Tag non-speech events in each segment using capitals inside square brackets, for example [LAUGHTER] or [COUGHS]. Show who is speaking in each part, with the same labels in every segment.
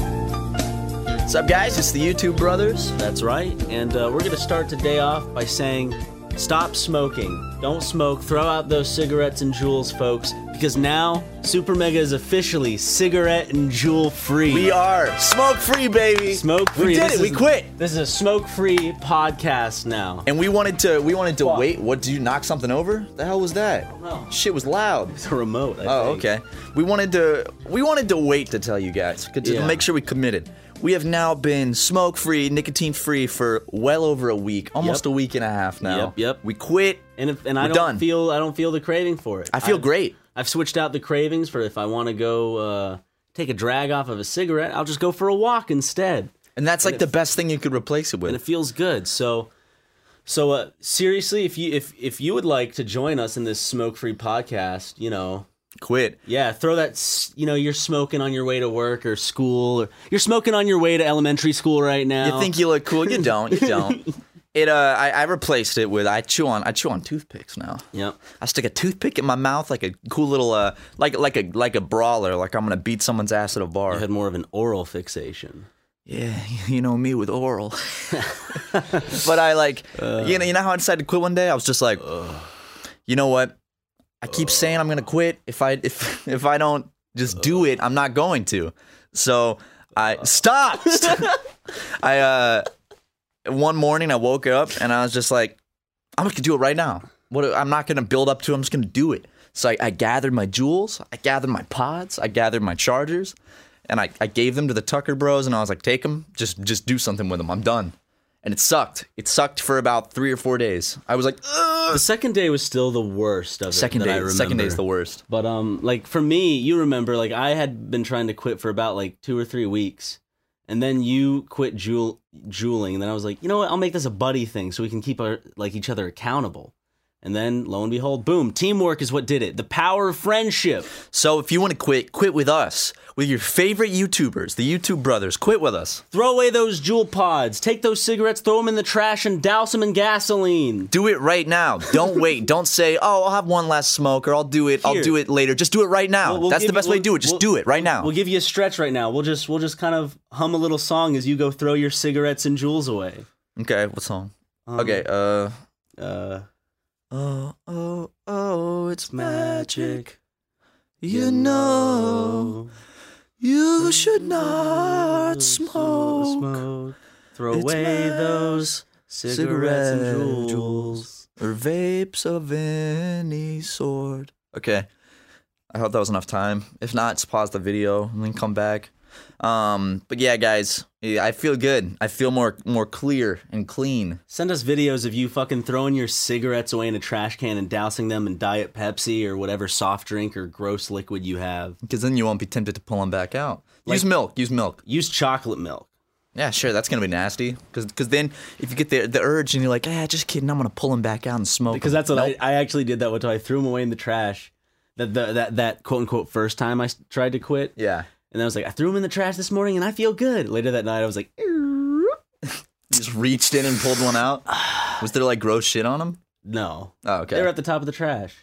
Speaker 1: What's up, guys? It's the YouTube Brothers. That's right. And uh, we're going to start today off by saying stop smoking. Don't smoke. Throw out those cigarettes and jewels, folks, because now Super Mega is officially cigarette and jewel free.
Speaker 2: We are smoke free, baby.
Speaker 1: Smoke free.
Speaker 2: We did
Speaker 1: This
Speaker 2: it. We
Speaker 1: is-
Speaker 2: quit.
Speaker 1: This is a smoke free podcast now.
Speaker 2: And we wanted to. We wanted to wait. What? Did you knock something over? The hell was that?
Speaker 1: know.
Speaker 2: Shit was loud.
Speaker 1: It's a remote. I
Speaker 2: Oh,
Speaker 1: think.
Speaker 2: okay. We wanted to. We wanted to wait to tell you guys 'cause to
Speaker 1: Yeah.
Speaker 2: make sure we committed. We have now been smoke free, nicotine free for well over a week, almost a
Speaker 1: Yep.
Speaker 2: week and a half now.
Speaker 1: Yep, yep.
Speaker 2: We quit.
Speaker 1: And if, and I
Speaker 2: We're
Speaker 1: don't
Speaker 2: done.
Speaker 1: feel I don't feel the craving for it.
Speaker 2: I feel
Speaker 1: I've-
Speaker 2: great.
Speaker 1: I've switched out the cravings for if I want to go uh, take a drag off of a cigarette, I'll just go for a walk instead.
Speaker 2: And that's like the best thing you could replace it with.
Speaker 1: and it feels good. So, so uh, seriously, if you if if you would like to join us in this smoke free podcast, you know,
Speaker 2: quit.
Speaker 1: yeah, throw that s- you know you're smoking on your way to work or school, or you're smoking on your way to elementary school right now.
Speaker 2: You think you look cool? You don't. You don't. It. Uh. I, I replaced it with. I chew on. I chew on toothpicks now.
Speaker 1: Yep.
Speaker 2: I stick a toothpick in my mouth like a cool little uh like like a like a brawler, like I'm gonna beat someone's ass at a
Speaker 1: I
Speaker 2: bar.
Speaker 1: had more of an oral fixation.
Speaker 2: Yeah, [LAUGHS] you know me with oral. but I like you know you know how I decided to quit one day? I was just like you know what? I keep saying I'm gonna quit. If I if [LAUGHS] if I don't just do it, I'm not going to. So I stop. [LAUGHS] I uh one morning I woke up and I was just like, I'm gonna do it right now. What I'm not gonna build up to. I'm just gonna do it. So I, I gathered my jewels, I gathered my pods, I gathered my chargers, and I, I gave them to the Tucker Bros. And I was like, take them, just just do something with them. I'm done. And it sucked. It sucked for about three or four days. I was like, Ugh.
Speaker 1: The second day was still the worst of it.
Speaker 2: second
Speaker 1: that I
Speaker 2: day, second
Speaker 1: remember.
Speaker 2: day's the worst.
Speaker 1: But um, like for me, you remember, like I had been trying to quit for about like two or three weeks, and then you quit jewel jeweling, and then I was like, you know what? I'll make this a buddy thing so we can keep our like each other accountable. And then lo and behold, boom! Teamwork is what did it. The power of friendship.
Speaker 2: So if you want to quit, quit with us, with your favorite YouTubers, the YouTube brothers. Quit with us.
Speaker 1: Throw away those jewel pods. Take those cigarettes. Throw them in the trash and douse them in gasoline.
Speaker 2: Do it right now.
Speaker 1: [LAUGHS]
Speaker 2: Don't wait. Don't say, "Oh, I'll have one last smoke," or "I'll do it. I'll
Speaker 1: Here.
Speaker 2: do it later." Just do it right now.
Speaker 1: We'll- we'll
Speaker 2: That's
Speaker 1: give
Speaker 2: the
Speaker 1: you-
Speaker 2: best way to
Speaker 1: we'll-
Speaker 2: do it. Just
Speaker 1: we'll-
Speaker 2: do it right now.
Speaker 1: We'll give you a stretch right now. We'll just we'll just kind of hum a little song as you go throw your cigarettes and jewels away.
Speaker 2: Okay, what song? okay, uh
Speaker 1: Uh,
Speaker 2: Oh, oh, oh, it's
Speaker 1: magic.
Speaker 2: magic. You know you should not smoke
Speaker 1: Throw
Speaker 2: It's
Speaker 1: away
Speaker 2: mad.
Speaker 1: those cigarettes and
Speaker 2: Cigarette
Speaker 1: jewels.
Speaker 2: jewels. or vapes of any sort. Okay. I hope that was enough time. If not, just pause the video and then come back. Um, but yeah, guys, yeah, I feel good. I feel more more clear and clean.
Speaker 1: Send us videos of you fucking throwing your cigarettes away in a trash can and dousing them in Diet Pepsi or whatever soft drink or gross liquid you have.
Speaker 2: Because then you won't be tempted to pull them back out. use milk. Use milk.
Speaker 1: Use chocolate milk.
Speaker 2: Yeah, sure. That's gonna be nasty. Because then if you get the the urge and you're like, ah, just kidding, I'm gonna pull them back out and smoke.
Speaker 1: Because
Speaker 2: 'em."
Speaker 1: that's what
Speaker 2: Nope.
Speaker 1: I, I actually did that one time. I threw them away in the trash. That, the, that, that quote unquote first time I s- tried to quit.
Speaker 2: Yeah.
Speaker 1: And I was like, I threw them in the trash this morning and I feel good. Later that night, I was like,
Speaker 2: You just reached in and pulled one out. Was there like gross shit on
Speaker 1: [SIGHS]
Speaker 2: them?
Speaker 1: no.
Speaker 2: Oh, okay.
Speaker 1: They were at the top of the trash.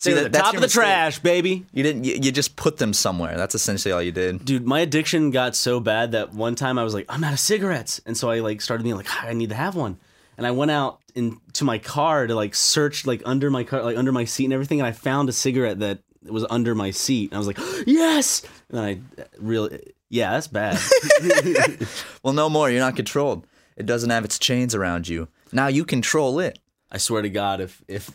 Speaker 2: See,
Speaker 1: they were
Speaker 2: that-
Speaker 1: at the
Speaker 2: that's
Speaker 1: top
Speaker 2: your
Speaker 1: of the
Speaker 2: mistake.
Speaker 1: trash, baby.
Speaker 2: You didn't. You, you just put them somewhere. That's essentially all you did.
Speaker 1: dude my addiction got so bad that one time i was like i'm out of cigarettes and so i like started being like "Ah, i need to have one and i went out into my car to like search like under my car like under my seat and everything and i found a cigarette that it was under my seat. And I was like, [GASPS] yes. And then I really, yeah,
Speaker 2: [LAUGHS]
Speaker 1: that's bad.
Speaker 2: Well, no more. You're not controlled. It doesn't have its chains around you. Now you control it.
Speaker 1: I swear to God, if if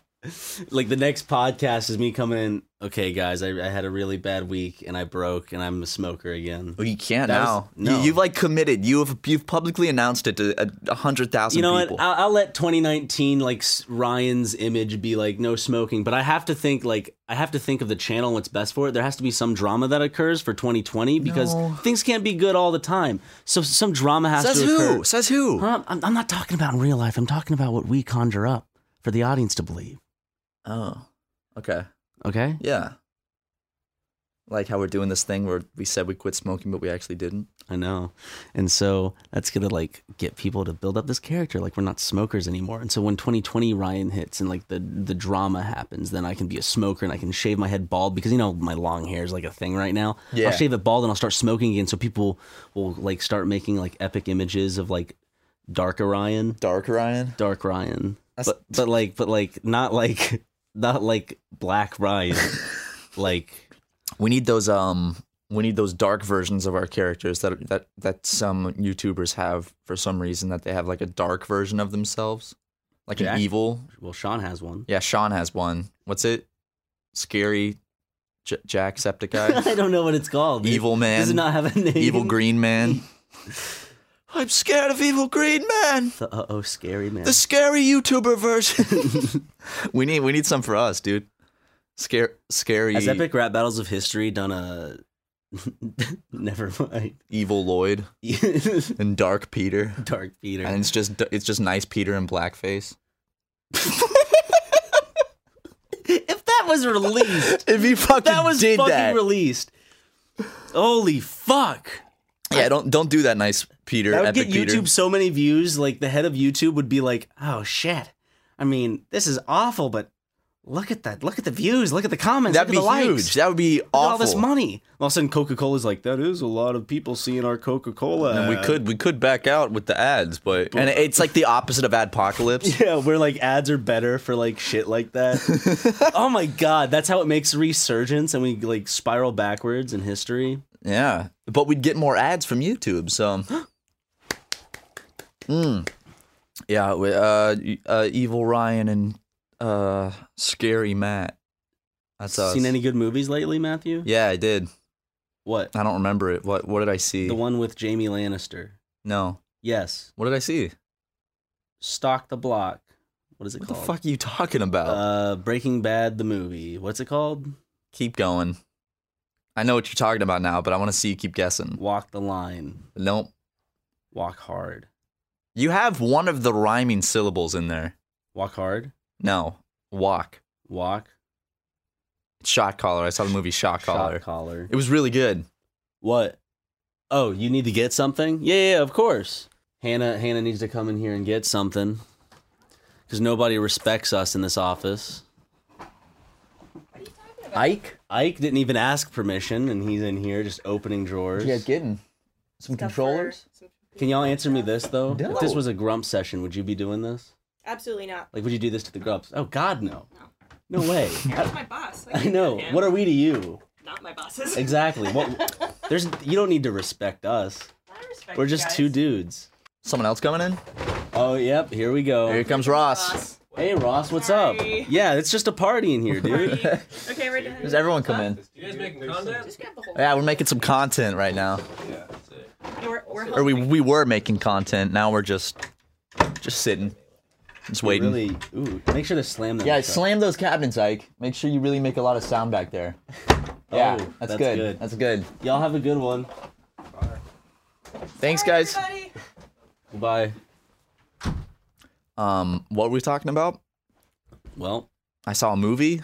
Speaker 1: like the next podcast is me coming in, okay, guys, I, I had a really bad week and I broke and I'm a smoker again.
Speaker 2: Well, you can't
Speaker 1: That was-
Speaker 2: now.
Speaker 1: no.
Speaker 2: You, you've like committed. You've you've publicly announced it to a, a hundred thousand.
Speaker 1: You know
Speaker 2: people.
Speaker 1: what? I'll, I'll let 2019 like s- Ryan's image be like no smoking, but I have to think like I have to think of the channel and what's best for it. There has to be some drama that occurs for 2020 because
Speaker 2: No.
Speaker 1: things can't be good all the time. So some drama has
Speaker 2: Says
Speaker 1: to
Speaker 2: who?
Speaker 1: occur.
Speaker 2: Says who?
Speaker 1: Huh? I'm, I'm not talking about in real life. I'm talking about what we conjure up for the audience to believe.
Speaker 2: Oh, okay.
Speaker 1: Okay.
Speaker 2: Yeah. Like how we're doing this thing where we said we quit smoking, but we actually didn't.
Speaker 1: I know. And so that's gonna like get people to build up this character. Like we're not smokers anymore. And so when 2020 Ryan hits and like the the drama happens, then I can be a smoker and I can shave my head bald because you know my long hair is like a thing right now.
Speaker 2: Yeah.
Speaker 1: I'll shave it bald and I'll start smoking again. So people will like start making like epic images of like dark Orion,
Speaker 2: Dark Ryan.
Speaker 1: dark Ryan.
Speaker 2: That's-
Speaker 1: But but like but like not like [LAUGHS] not like
Speaker 2: [LAUGHS]
Speaker 1: black Ryan. like
Speaker 2: We need those um. We need those dark versions of our characters that that that some YouTubers have for some reason that they have like a dark version of themselves, like
Speaker 1: Jack?
Speaker 2: an evil.
Speaker 1: well, Sean has one.
Speaker 2: Yeah, Sean has one. What's it? Scary, J- Jack
Speaker 1: [LAUGHS] I
Speaker 2: [LAUGHS] Septiceye,
Speaker 1: don't know what it's called. dude.
Speaker 2: Evil man.
Speaker 1: Does it not have a name?
Speaker 2: evil green man. [LAUGHS] I'm scared of evil green man.
Speaker 1: The uh oh scary man.
Speaker 2: The scary YouTuber [LAUGHS] version. we need we need some for us, dude. Scare scary
Speaker 1: Has Epic Rap Battles of History done a. [LAUGHS] Never mind. [LAUGHS]
Speaker 2: evil Lloyd and dark [LAUGHS] Peter,
Speaker 1: Dark Peter.
Speaker 2: and it's just it's just nice Peter and blackface.
Speaker 1: if that was released,
Speaker 2: [LAUGHS] If you fucking
Speaker 1: that was
Speaker 2: did
Speaker 1: fucking
Speaker 2: that,
Speaker 1: released. Holy fuck.
Speaker 2: yeah, don't don't do that, nice Peter.
Speaker 1: That would
Speaker 2: Epic
Speaker 1: get YouTube
Speaker 2: Peter.
Speaker 1: so many views. Like, the head of YouTube would be like, oh shit. I mean, this is awful, but look at that. Look at the views. Look at the comments.
Speaker 2: That'd
Speaker 1: look
Speaker 2: be
Speaker 1: at the likes.
Speaker 2: huge. That would be
Speaker 1: Look at
Speaker 2: awful.
Speaker 1: all this money. All of a sudden, Coca Cola's like, that is a lot of people seeing our Coca Cola.
Speaker 2: And we could we could back out with the ads, but and it's like the opposite of adpocalypse.
Speaker 1: [LAUGHS] Yeah, where like ads are better for like shit like that.
Speaker 2: [LAUGHS]
Speaker 1: oh my god, that's how it makes resurgence and we like spiral backwards in history.
Speaker 2: yeah, but we'd get more ads from YouTube. So,
Speaker 1: [GASPS]
Speaker 2: mm. yeah, we, uh, y- uh, evil Ryan and uh, scary Matt. That's us.
Speaker 1: Seen any good movies lately, Matthew?
Speaker 2: yeah, I did.
Speaker 1: What?
Speaker 2: I don't remember it. What What did I see?
Speaker 1: The one with Jamie Lannister.
Speaker 2: no.
Speaker 1: Yes.
Speaker 2: What did I see?
Speaker 1: Stock the Block. What is it
Speaker 2: What the
Speaker 1: called?
Speaker 2: fuck are you talking about?
Speaker 1: Uh Breaking Bad the movie. What's it called?
Speaker 2: keep going. I know what you're talking about now, but I want to see you keep guessing.
Speaker 1: Walk the Line.
Speaker 2: Nope.
Speaker 1: Walk Hard.
Speaker 2: You have one of the rhyming syllables in there.
Speaker 1: Walk Hard.
Speaker 2: No, walk.
Speaker 1: Walk
Speaker 2: It's Shot collar. I saw the movie Shot collar.
Speaker 1: Shot collar.
Speaker 2: It was really good.
Speaker 1: What? Oh, you need to get something? Yeah, yeah, of course. Hannah Hannah needs to come in here and get something. Cuz nobody respects us in this office. Ike? Ike didn't even ask permission and he's in here just opening drawers.
Speaker 2: getting some controllers.
Speaker 1: Can y'all answer me this though?
Speaker 2: No.
Speaker 1: If this was a grump session, would you be doing this?
Speaker 3: Absolutely not.
Speaker 1: Like would you do this to the grumps? Oh god no. No way. [LAUGHS]
Speaker 3: That's my boss.
Speaker 1: I know. What are we to you?
Speaker 3: Not my bosses.
Speaker 1: Exactly. What There's you don't need to respect us.
Speaker 3: [LAUGHS] I respect
Speaker 1: We're
Speaker 3: you
Speaker 1: just
Speaker 3: guys.
Speaker 1: two dudes.
Speaker 2: Someone else coming in?
Speaker 1: Oh, yep, here we go.
Speaker 2: Here comes Ross.
Speaker 1: [LAUGHS]
Speaker 3: Boss.
Speaker 1: Hey Ross, what's
Speaker 3: Sorry.
Speaker 1: up? Yeah, it's just a party in here, dude.
Speaker 3: [LAUGHS] Okay, we're done.
Speaker 2: Does everyone come in?
Speaker 4: You guys making content?
Speaker 3: Just grab the whole.
Speaker 2: Yeah, we're making some content right now.
Speaker 3: No, we're, we're
Speaker 2: Or
Speaker 3: holding.
Speaker 2: we we were making content. Now we're just just sitting, just [LAUGHS] waiting.
Speaker 1: really, ooh, make sure to slam that.
Speaker 2: Yeah,
Speaker 1: mic up.
Speaker 2: slam those cabinets, Ike. Make sure you really make a lot of sound back there. Yeah,
Speaker 1: Oh,
Speaker 2: that's,
Speaker 1: that's
Speaker 2: good.
Speaker 1: good.
Speaker 2: That's good.
Speaker 1: Y'all have a good one.
Speaker 2: Thanks, guys.
Speaker 3: Everybody.
Speaker 1: Goodbye.
Speaker 2: Um, what were we talking about?
Speaker 1: Well,
Speaker 2: I saw a movie.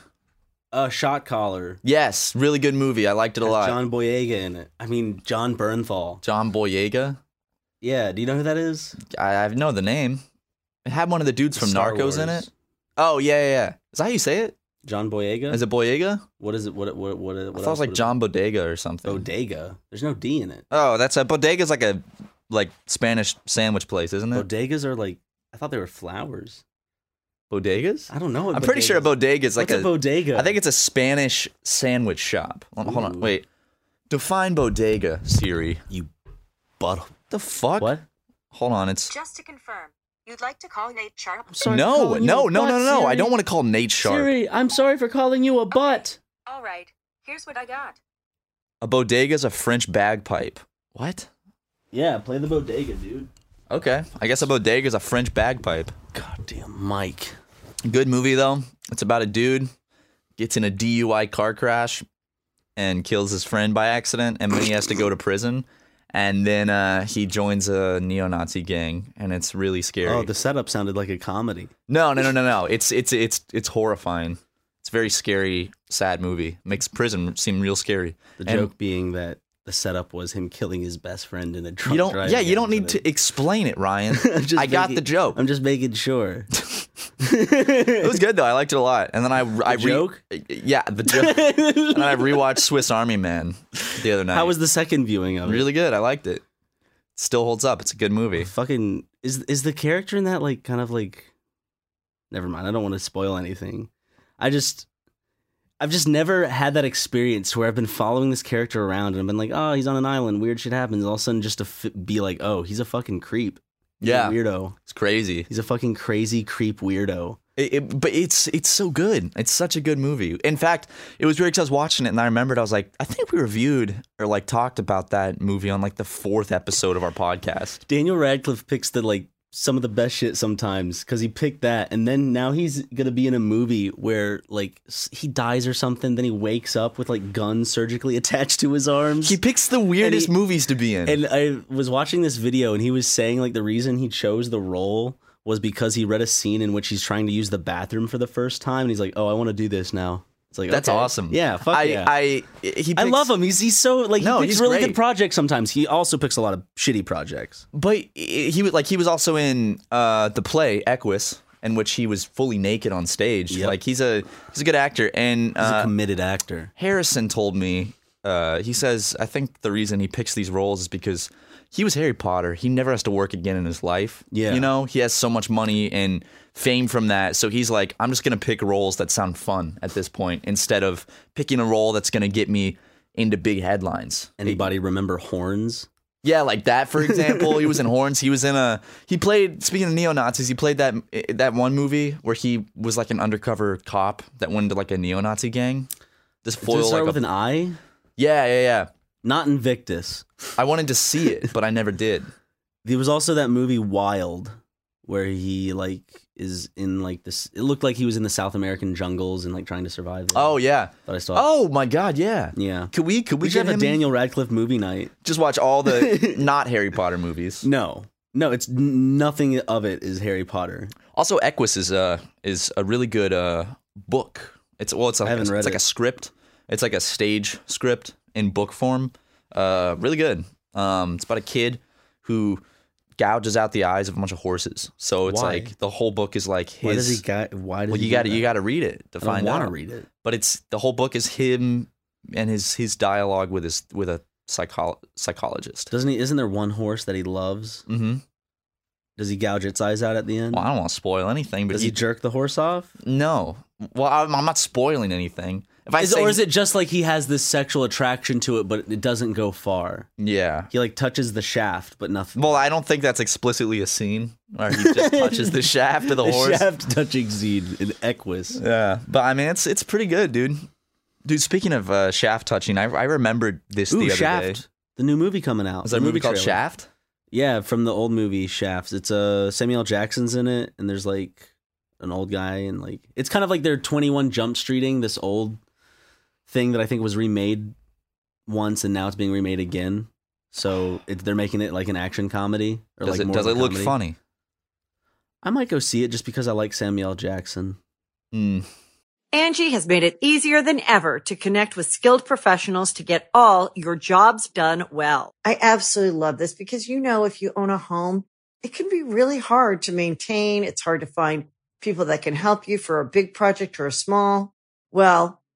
Speaker 1: uh, shot collar.
Speaker 2: Yes, really good movie. I liked it a
Speaker 1: Has
Speaker 2: lot.
Speaker 1: John Boyega in it. I mean John Bernthal.
Speaker 2: John Boyega.
Speaker 1: Yeah, do you know who that is?
Speaker 2: I, I know the name. It had one of the dudes from
Speaker 1: Star
Speaker 2: Narcos in
Speaker 1: Wars.
Speaker 2: it. Oh yeah, yeah, yeah. Is that how you say it?
Speaker 1: John Boyega.
Speaker 2: Is it Boyega?
Speaker 1: what is it? What what what?
Speaker 2: I
Speaker 1: what
Speaker 2: thought it was like John Bodega or something.
Speaker 1: Bodega. There's no D in it.
Speaker 2: oh, that's a Bodega's like a like Spanish sandwich place, isn't it?
Speaker 1: Bodegas are like I thought they were flowers.
Speaker 2: Bodegas?
Speaker 1: I don't know. what
Speaker 2: I'm pretty
Speaker 1: bodega
Speaker 2: sure a
Speaker 1: is.
Speaker 2: bodega is like
Speaker 1: What's a bodega?
Speaker 2: I think it's a Spanish sandwich shop. Hold on, hold on, wait. Define bodega, Siri. You butt. The fuck?
Speaker 1: What?
Speaker 2: Hold on, it's
Speaker 4: Just to confirm, you'd like to call Nate Sharp?
Speaker 2: no,
Speaker 1: calling you
Speaker 2: no,
Speaker 1: a
Speaker 2: no,
Speaker 1: butt,
Speaker 2: no, no, I
Speaker 1: Siri.
Speaker 2: don't want to call Nate Sharp.
Speaker 1: Siri, I'm sorry for calling you a butt.
Speaker 4: All right, here's what I got.
Speaker 2: A bodega is a French bagpipe. What?
Speaker 1: Yeah, play the bodega, dude.
Speaker 2: Okay, I guess a bodega is a French bagpipe.
Speaker 1: Goddamn, Mike.
Speaker 2: Good movie though. It's about a dude gets in a DUI car crash and kills his friend by accident, and then he has to go to prison. And then uh, he joins a neo-Nazi gang, and it's really scary.
Speaker 1: Oh, the setup sounded like a comedy.
Speaker 2: no, no, no, no, no! It's it's it's it's horrifying. It's a very scary, sad movie. Makes prison seem real scary.
Speaker 1: The
Speaker 2: And
Speaker 1: joke being that the setup was him killing his best friend in a drunk
Speaker 2: You don't.
Speaker 1: driving
Speaker 2: Yeah, you don't need
Speaker 1: accident.
Speaker 2: to explain it, Ryan.
Speaker 1: [LAUGHS] I'm just
Speaker 2: I got
Speaker 1: making-
Speaker 2: the joke.
Speaker 1: I'm just
Speaker 2: [LAUGHS]
Speaker 1: making sure. [LAUGHS]
Speaker 2: It was good though. I liked it a lot. And then I I re-
Speaker 1: joke?
Speaker 2: Yeah, the
Speaker 1: [LAUGHS]
Speaker 2: joke. and then I rewatched Swiss Army Man the other night.
Speaker 1: How was the second viewing of it?
Speaker 2: really good. I liked it. Still holds up. It's a good movie.
Speaker 1: Fucking is is the character in that like kind of like? Never mind. I don't want to spoil anything. I just. I've just never had that experience where I've been following this character around and I've been like, oh, he's on an island, weird shit happens. All of a sudden, just to f- be like, oh, he's a fucking creep. He's a
Speaker 2: Yeah,
Speaker 1: weirdo.
Speaker 2: it's crazy.
Speaker 1: He's a fucking crazy creep weirdo.
Speaker 2: It, it- but it's it's so good. It's such a good movie. In fact, it was weird because I was watching it and I remembered I was like, I think we reviewed or like talked about that movie on like the fourth episode of our podcast.
Speaker 1: Daniel Radcliffe picks the like some of the best shit sometimes because he picked that, and then now he's gonna be in a movie where like s- he dies or something, then he wakes up with like guns surgically [LAUGHS] attached to his arms.
Speaker 2: He picks the weirdest
Speaker 1: he-
Speaker 2: movies to be in.
Speaker 1: and I was watching this video, and he was saying like the reason he chose the role was because he read a scene in which he's trying to use the bathroom for the first time, and he's like, "Oh, I want to do this now." It's like
Speaker 2: That's
Speaker 1: okay.
Speaker 2: awesome.
Speaker 1: Yeah, fuck
Speaker 2: I,
Speaker 1: yeah.
Speaker 2: I he picks,
Speaker 1: I love him. He's he's so like
Speaker 2: No,
Speaker 1: he picks
Speaker 2: he's
Speaker 1: really
Speaker 2: great.
Speaker 1: good projects sometimes. He also picks a lot of shitty projects.
Speaker 2: But i- he was like he was also in uh, the play Equus, in which he was fully naked on stage.
Speaker 1: Yep.
Speaker 2: Like he's a he's a good actor. And
Speaker 1: He's a
Speaker 2: uh,
Speaker 1: committed actor.
Speaker 2: Harrison told me uh, he says I think the reason he picks these roles is because he was Harry Potter. He never has to work again in his life.
Speaker 1: Yeah.
Speaker 2: you know he has so much money and fame from that. So he's like, I'm just gonna pick roles that sound fun at this point instead of picking a role that's gonna get me into big headlines.
Speaker 1: Anybody remember horns?
Speaker 2: Yeah, like that
Speaker 1: [LAUGHS]
Speaker 2: for example. he was in Horns. He was in a. He played. Speaking of neo Nazis, he played that that one movie where he was like an undercover cop that went into like a neo Nazi gang. This
Speaker 1: Does it
Speaker 2: foil
Speaker 1: start
Speaker 2: like
Speaker 1: with
Speaker 2: a,
Speaker 1: an I?
Speaker 2: yeah yeah yeah.
Speaker 1: Not Invictus.
Speaker 2: I wanted to see it, but I never did.
Speaker 1: There was also that movie Wild, where he like is in like this. It looked like he was in the South American jungles and like trying to survive. There.
Speaker 2: [LAUGHS] Oh yeah.
Speaker 1: but I saw.
Speaker 2: Oh my God, yeah.
Speaker 1: yeah.
Speaker 2: Could we could we,
Speaker 1: We should
Speaker 2: get
Speaker 1: have a
Speaker 2: him-
Speaker 1: Daniel Radcliffe movie night.
Speaker 2: Just watch all [LAUGHS] the not Harry Potter movies.
Speaker 1: No, no, it's n- nothing of it is Harry Potter.
Speaker 2: Also, Equus is a is a really good uh, book. It's well, it's like,
Speaker 1: haven't
Speaker 2: a,
Speaker 1: read
Speaker 2: it's like
Speaker 1: it.
Speaker 2: a script. It's like a stage script in book form. Uh, really good. Um, it's about a kid who gouges out the eyes of a bunch of horses. So it's
Speaker 1: Why?
Speaker 2: like the whole book is like his.
Speaker 1: Why does he got? Why does
Speaker 2: well,
Speaker 1: he
Speaker 2: you
Speaker 1: do
Speaker 2: got to
Speaker 1: that?
Speaker 2: you got to read it to
Speaker 1: I don't
Speaker 2: find
Speaker 1: want
Speaker 2: out.
Speaker 1: to read it.
Speaker 2: But it's the whole book is him and his his dialogue with his with a psychol psychologist.
Speaker 1: Doesn't he? Isn't there one horse that he loves?
Speaker 2: Mm-hmm.
Speaker 1: Does he gouge its eyes out at the end?
Speaker 2: Well, I don't want to spoil anything, but
Speaker 1: does
Speaker 2: you,
Speaker 1: he jerk the horse off?
Speaker 2: no. Well, I'm, I'm not spoiling anything. If I
Speaker 1: Is-
Speaker 2: say,
Speaker 1: or is it just like he has this sexual attraction to it, but it doesn't go far?
Speaker 2: Yeah.
Speaker 1: He like touches the shaft, but nothing.
Speaker 2: Well, I don't think that's explicitly a scene where he
Speaker 1: [LAUGHS]
Speaker 2: just touches the shaft of the, horse.
Speaker 1: shaft touching Zed in Equus.
Speaker 2: Yeah, but I mean, it's it's pretty good, dude. Dude, speaking of uh, shaft touching, I, I remembered this the
Speaker 1: Ooh,
Speaker 2: other
Speaker 1: Shaft.
Speaker 2: day.
Speaker 1: The new movie coming out.
Speaker 2: Is
Speaker 1: The
Speaker 2: there a movie called
Speaker 1: trailer.
Speaker 2: Shaft?
Speaker 1: Yeah, from the old movie Shafts. It's uh, Samuel L. Jackson's in it, and there's like an old guy, and like it's kind of like they're 21 Jump Streeting, this old thing that I think was remade once, and now it's being remade again. So it, they're making it like an action comedy. Or
Speaker 2: Does
Speaker 1: like
Speaker 2: it
Speaker 1: more
Speaker 2: does
Speaker 1: of
Speaker 2: it
Speaker 1: a
Speaker 2: look
Speaker 1: comedy.
Speaker 2: funny?
Speaker 1: I might go see it just because I like Samuel L. Jackson.
Speaker 2: Mm.
Speaker 5: Angie has made it easier than ever to connect with skilled professionals to get all your jobs done well.
Speaker 6: I absolutely love this because, you know, if you own a home, it can be really hard to maintain. It's hard to find people that can help you for a big project or a small. Well,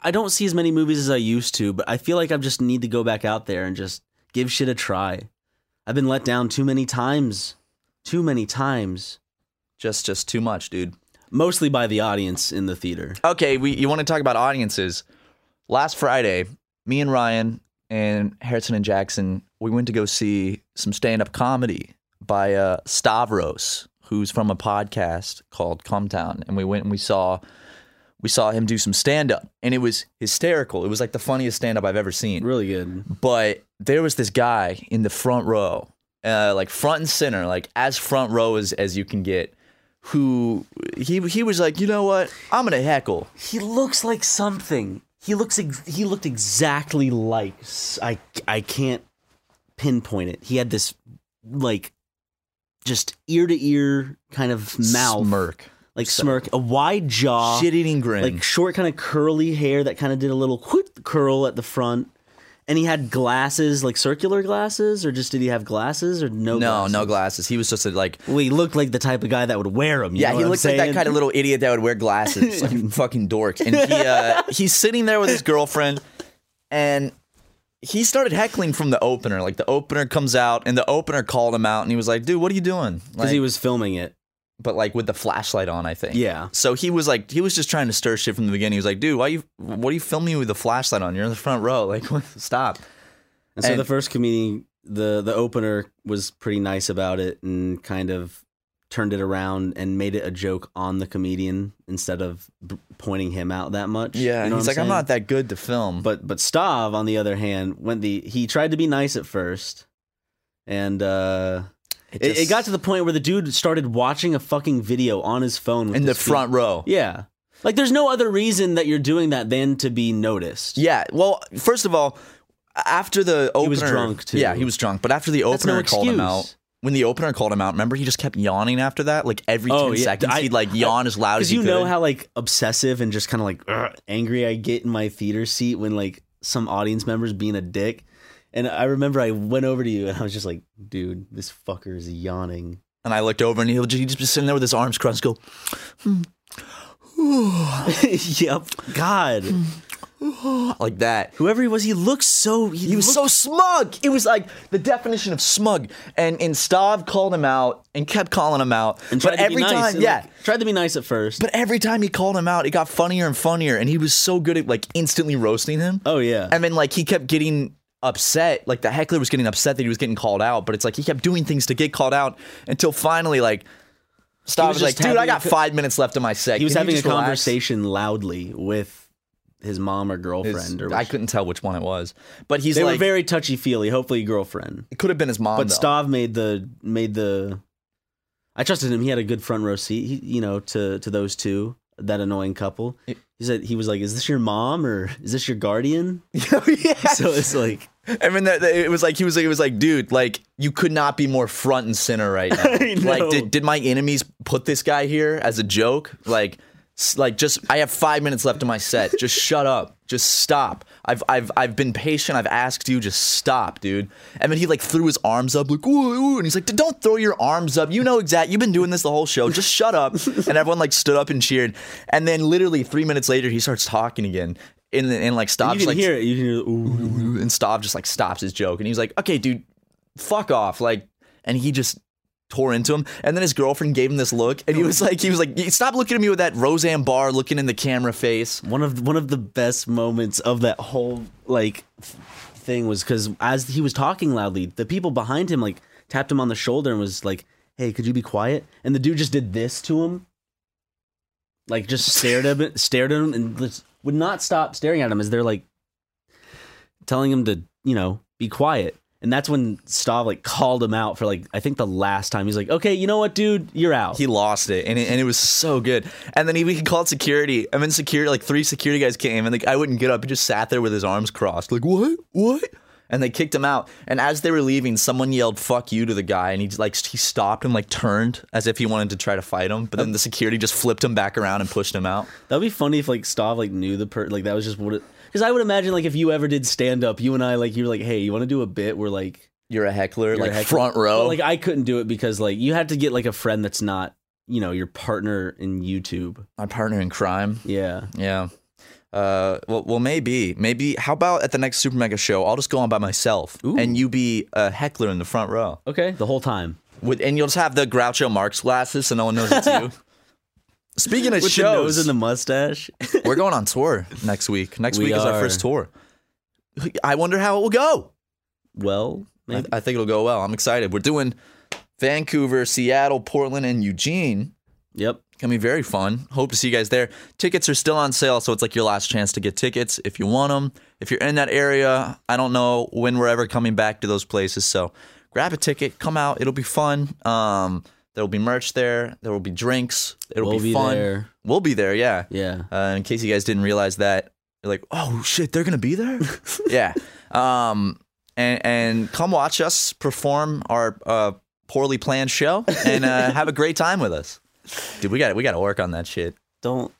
Speaker 1: I don't see as many movies as I used to, but I feel like I just need to go back out there and just give shit a try. I've been let down too many times, too many times,
Speaker 2: Just just too much, dude.
Speaker 1: mostly by the audience in the theater.
Speaker 2: Okay, we you want to talk about audiences? Last Friday, me and Ryan and Harrison and Jackson, we went to go see some stand-up comedy by uh, Stavros, who's from a podcast called Cometown, and we went and we saw we saw him do some stand-up, and it was hysterical. It was like the funniest stand-up I've ever seen.
Speaker 1: Really good.
Speaker 2: but there was this guy in the front row, uh, like front and center, like as front row as, as you can get, who he he was like, you know what, I'm gonna heckle.
Speaker 1: He looks like something. He looks ex- he looked exactly like s- I I can't pinpoint it. He had this like just ear to ear kind of mouth,
Speaker 2: smirk,
Speaker 1: like smirk, a wide jaw,
Speaker 2: shit eating grin.
Speaker 1: like short kind of curly hair that kind of did a little whoop curl at the front and he had glasses like circular glasses or just did he have glasses or no
Speaker 2: no,
Speaker 1: glasses?
Speaker 2: no glasses. He was just a, like,
Speaker 1: well he looked like the type of guy that would wear them
Speaker 2: yeah, he looks like that kind of little idiot that would wear
Speaker 1: [LAUGHS]
Speaker 2: glasses, like a fucking dork. And he uh, he's sitting there with his girlfriend, and he started heckling from the opener. Like the opener comes out, and the opener called him out, and he was like, dude, what are you doing? Like,
Speaker 1: because he was filming it
Speaker 2: but like with the flashlight on, I think.
Speaker 1: Yeah.
Speaker 2: So he was like, he was just trying to stir shit from the beginning. He was like, dude, why you, what are you filming me with the flashlight on? You're in the front row. Like, [LAUGHS] stop.
Speaker 1: and so
Speaker 2: And-
Speaker 1: the first comedian the the opener was pretty nice about it and kind of turned it around and made it a joke on the comedian instead of b- pointing him out that much You know
Speaker 2: he's
Speaker 1: what
Speaker 2: like, I'm
Speaker 1: saying?
Speaker 2: not that good to film.
Speaker 1: But but Stav, on the other hand, went the he tried to be nice at first, and uh, it, it
Speaker 2: just-
Speaker 1: got to the point where the dude started watching a fucking video on his phone with
Speaker 2: in the
Speaker 1: his feet.
Speaker 2: front row.
Speaker 1: Yeah, like there's no other reason that you're doing that than to be noticed.
Speaker 2: Yeah. Well, first of all, after the opener,
Speaker 1: He was drunk, too.
Speaker 2: Yeah, he was drunk. But after the
Speaker 1: That's
Speaker 2: opener
Speaker 1: no
Speaker 2: called him
Speaker 1: excuse.
Speaker 2: out, when the opener called him out, remember he just kept yawning after that. Like every
Speaker 1: Oh,
Speaker 2: ten
Speaker 1: yeah.
Speaker 2: seconds,
Speaker 1: I-
Speaker 2: he'd like yawn as loud as
Speaker 1: Because
Speaker 2: he
Speaker 1: you know
Speaker 2: could.
Speaker 1: how like obsessive and just kind of like "Ugh," angry I get in my theater seat when like some audience members being a dick. And I remember I went over to you and I was just like, dude, this fucker is yawning.
Speaker 2: and I looked over, and he'll just, he'd just be sitting there with his arms crossed, go.
Speaker 1: [LAUGHS] yep. God.
Speaker 2: like that.
Speaker 1: Whoever he was, he looks so. He,
Speaker 2: He was
Speaker 1: looked-
Speaker 2: so smug. It was like the definition of smug. And and Stav called him out and kept calling him out.
Speaker 1: And tried
Speaker 2: but
Speaker 1: to
Speaker 2: every
Speaker 1: be nice.
Speaker 2: time,
Speaker 1: and,
Speaker 2: yeah.
Speaker 1: like, tried to be nice at first.
Speaker 2: but every time he called him out, it got funnier and funnier. And he was so good at like instantly roasting him.
Speaker 1: oh yeah.
Speaker 2: And then like he kept getting upset. Like the heckler was getting upset that he was getting called out. But it's like he kept doing things to get called out until finally like Stav was,
Speaker 1: was
Speaker 2: like,
Speaker 1: just
Speaker 2: dude, I
Speaker 1: having a
Speaker 2: got
Speaker 1: co-
Speaker 2: five minutes left of my set.
Speaker 1: he was
Speaker 2: Can you
Speaker 1: having a
Speaker 2: just relax?"
Speaker 1: conversation loudly with his mom or
Speaker 2: His-
Speaker 1: girlfriend or.
Speaker 2: I
Speaker 1: which-
Speaker 2: couldn't tell which one it was, but he's
Speaker 1: They
Speaker 2: like,
Speaker 1: were very touchy feely. Hopefully, girlfriend.
Speaker 2: it could have been his mom.
Speaker 1: But
Speaker 2: though.
Speaker 1: Stav made the made the. I trusted him. He had a good front row seat. He, you know, to to those two, that annoying couple. He said he was like, "Is this your mom or is this your guardian?"
Speaker 2: [LAUGHS] [LAUGHS] yeah.
Speaker 1: So it's like,
Speaker 2: [LAUGHS] I mean, that, that- it was like he was like, it was like, dude, like you could not be more front and center
Speaker 1: [LAUGHS]
Speaker 2: right now.
Speaker 1: I know.
Speaker 2: Like, did, did my enemies put this guy here as a joke? Like, s- like just I have five minutes left of my set. Just [LAUGHS] shut up. Just stop. I've I've I've been patient. I've asked you. Just stop, dude. And then he like threw his arms up, like ooh, ooh and he's like, don't throw your arms up. You know exact. You've been doing this the whole show. Just
Speaker 1: [LAUGHS]
Speaker 2: shut up. and everyone like stood up and cheered. And then literally three minutes later, he starts talking again. and then- and like
Speaker 1: And
Speaker 2: stops
Speaker 1: you can
Speaker 2: like
Speaker 1: hear it. You can hear the, ooh.
Speaker 2: and Stav just like stops his joke and he's like, okay, dude, fuck off. Like, and he just tore into him. And then his girlfriend gave him this look and he was like, he was like, stop looking at me with that Roseanne Barr looking in the camera face.
Speaker 1: One of one of the best moments of that whole like f- thing was because as he was talking loudly, the people behind him like tapped him on the shoulder and was like, "Hey, could you be quiet?" And the dude just did this to him, like just stared at him, [LAUGHS] stared at him, and just would not stop staring at him as they're like telling him to you know be quiet. And that's when Stav like called him out for like I think the last time he's like, "Okay, you know what, dude, you're out."
Speaker 2: He lost it and, it and it was so good. And then he, we called security. I mean, security, like three security guys came and the guy wouldn't get up. He just sat there with his arms crossed, like, what? What? And they kicked him out. And as they were leaving, someone yelled "fuck you" to the guy, and he just, like he stopped and like turned as if he wanted to try to fight him. But then the security just flipped him back around and pushed him out.
Speaker 1: That'd be funny if like Stav like knew the per like that was just what it because I would imagine like if you ever did stand up, you and I like you're like, hey, you want to do a bit where like
Speaker 2: You're a heckler,
Speaker 1: you're
Speaker 2: like
Speaker 1: a heckler?"
Speaker 2: front row.
Speaker 1: Well, like I couldn't do it because like you had to get like a friend that's not you know your partner in YouTube.
Speaker 2: my partner in crime.
Speaker 1: Yeah,
Speaker 2: Yeah. Uh, well, well, maybe, maybe. How about at the next Super Mega show, I'll just go on by myself,
Speaker 1: Ooh.
Speaker 2: and you be a heckler in the front row,
Speaker 1: okay, the whole time
Speaker 2: with, and you'll just have the Groucho Marx glasses, so no one knows it's
Speaker 1: [LAUGHS]
Speaker 2: you. Speaking of
Speaker 1: with the
Speaker 2: shows,
Speaker 1: nose and the mustache.
Speaker 2: [LAUGHS]
Speaker 1: [LAUGHS]
Speaker 2: we're going on tour next week. Next
Speaker 1: We
Speaker 2: week is our
Speaker 1: are.
Speaker 2: first tour. I wonder how it will go.
Speaker 1: well,
Speaker 2: I,
Speaker 1: maybe.
Speaker 2: I think it'll go well. I'm excited. We're doing Vancouver, Seattle, Portland, and Eugene.
Speaker 1: yep.
Speaker 2: It's gonna be very fun. Hope to see you guys there. Tickets are still on sale, so it's like your last chance to get tickets if you want them. If you're in that area, I don't know when we're ever coming back to those places, so grab a ticket, come out. It'll be fun. Um, there will be merch there. There will be drinks. It'll
Speaker 1: We'll be
Speaker 2: fun.
Speaker 1: there.
Speaker 2: We'll be there. Yeah.
Speaker 1: Yeah.
Speaker 2: Uh, in case you guys didn't realize that, you're like, oh shit, they're gonna be there.
Speaker 1: [LAUGHS]
Speaker 2: yeah. Um, and and come watch us perform our uh, poorly planned show and
Speaker 1: [LAUGHS]
Speaker 2: uh, have a great time with us. Dude, we got we got to work on that shit.
Speaker 1: Don't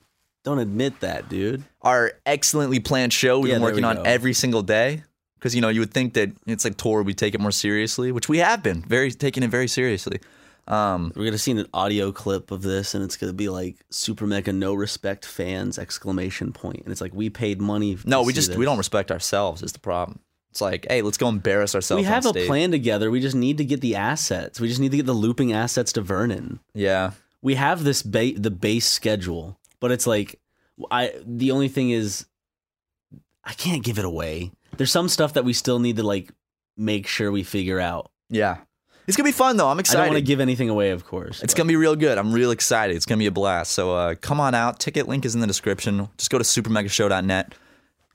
Speaker 1: don't admit that, dude.
Speaker 2: Our excellently planned show we've
Speaker 1: Yeah,
Speaker 2: been
Speaker 1: there
Speaker 2: working
Speaker 1: we
Speaker 2: on
Speaker 1: go.
Speaker 2: every single day because you know you would think that it's like tour we take it more seriously, which we have been very taking it very seriously. Um,
Speaker 1: We're gonna see an audio clip of this, and it's gonna be like super mega no respect fans exclamation point, and it's like we paid money. to
Speaker 2: no, we
Speaker 1: see
Speaker 2: just
Speaker 1: this.
Speaker 2: we don't respect ourselves is the problem. It's like, hey, let's go embarrass ourselves.
Speaker 1: We have
Speaker 2: on
Speaker 1: a
Speaker 2: stage.
Speaker 1: plan together. We just need to get the assets. We just need to get the looping assets to Vernon.
Speaker 2: Yeah.
Speaker 1: We have this ba- the base schedule, but it's like I the only thing is I can't give it away. There's some stuff that we still need to like make sure we figure out.
Speaker 2: Yeah. It's gonna be fun though. I'm
Speaker 1: I
Speaker 2: excited.
Speaker 1: don't want to give anything away, of course.
Speaker 2: it's
Speaker 1: but-
Speaker 2: gonna be real good. I'm real excited. It's gonna be a blast. So uh, come on out. Ticket link is in the description. Just go to supermegashow.net.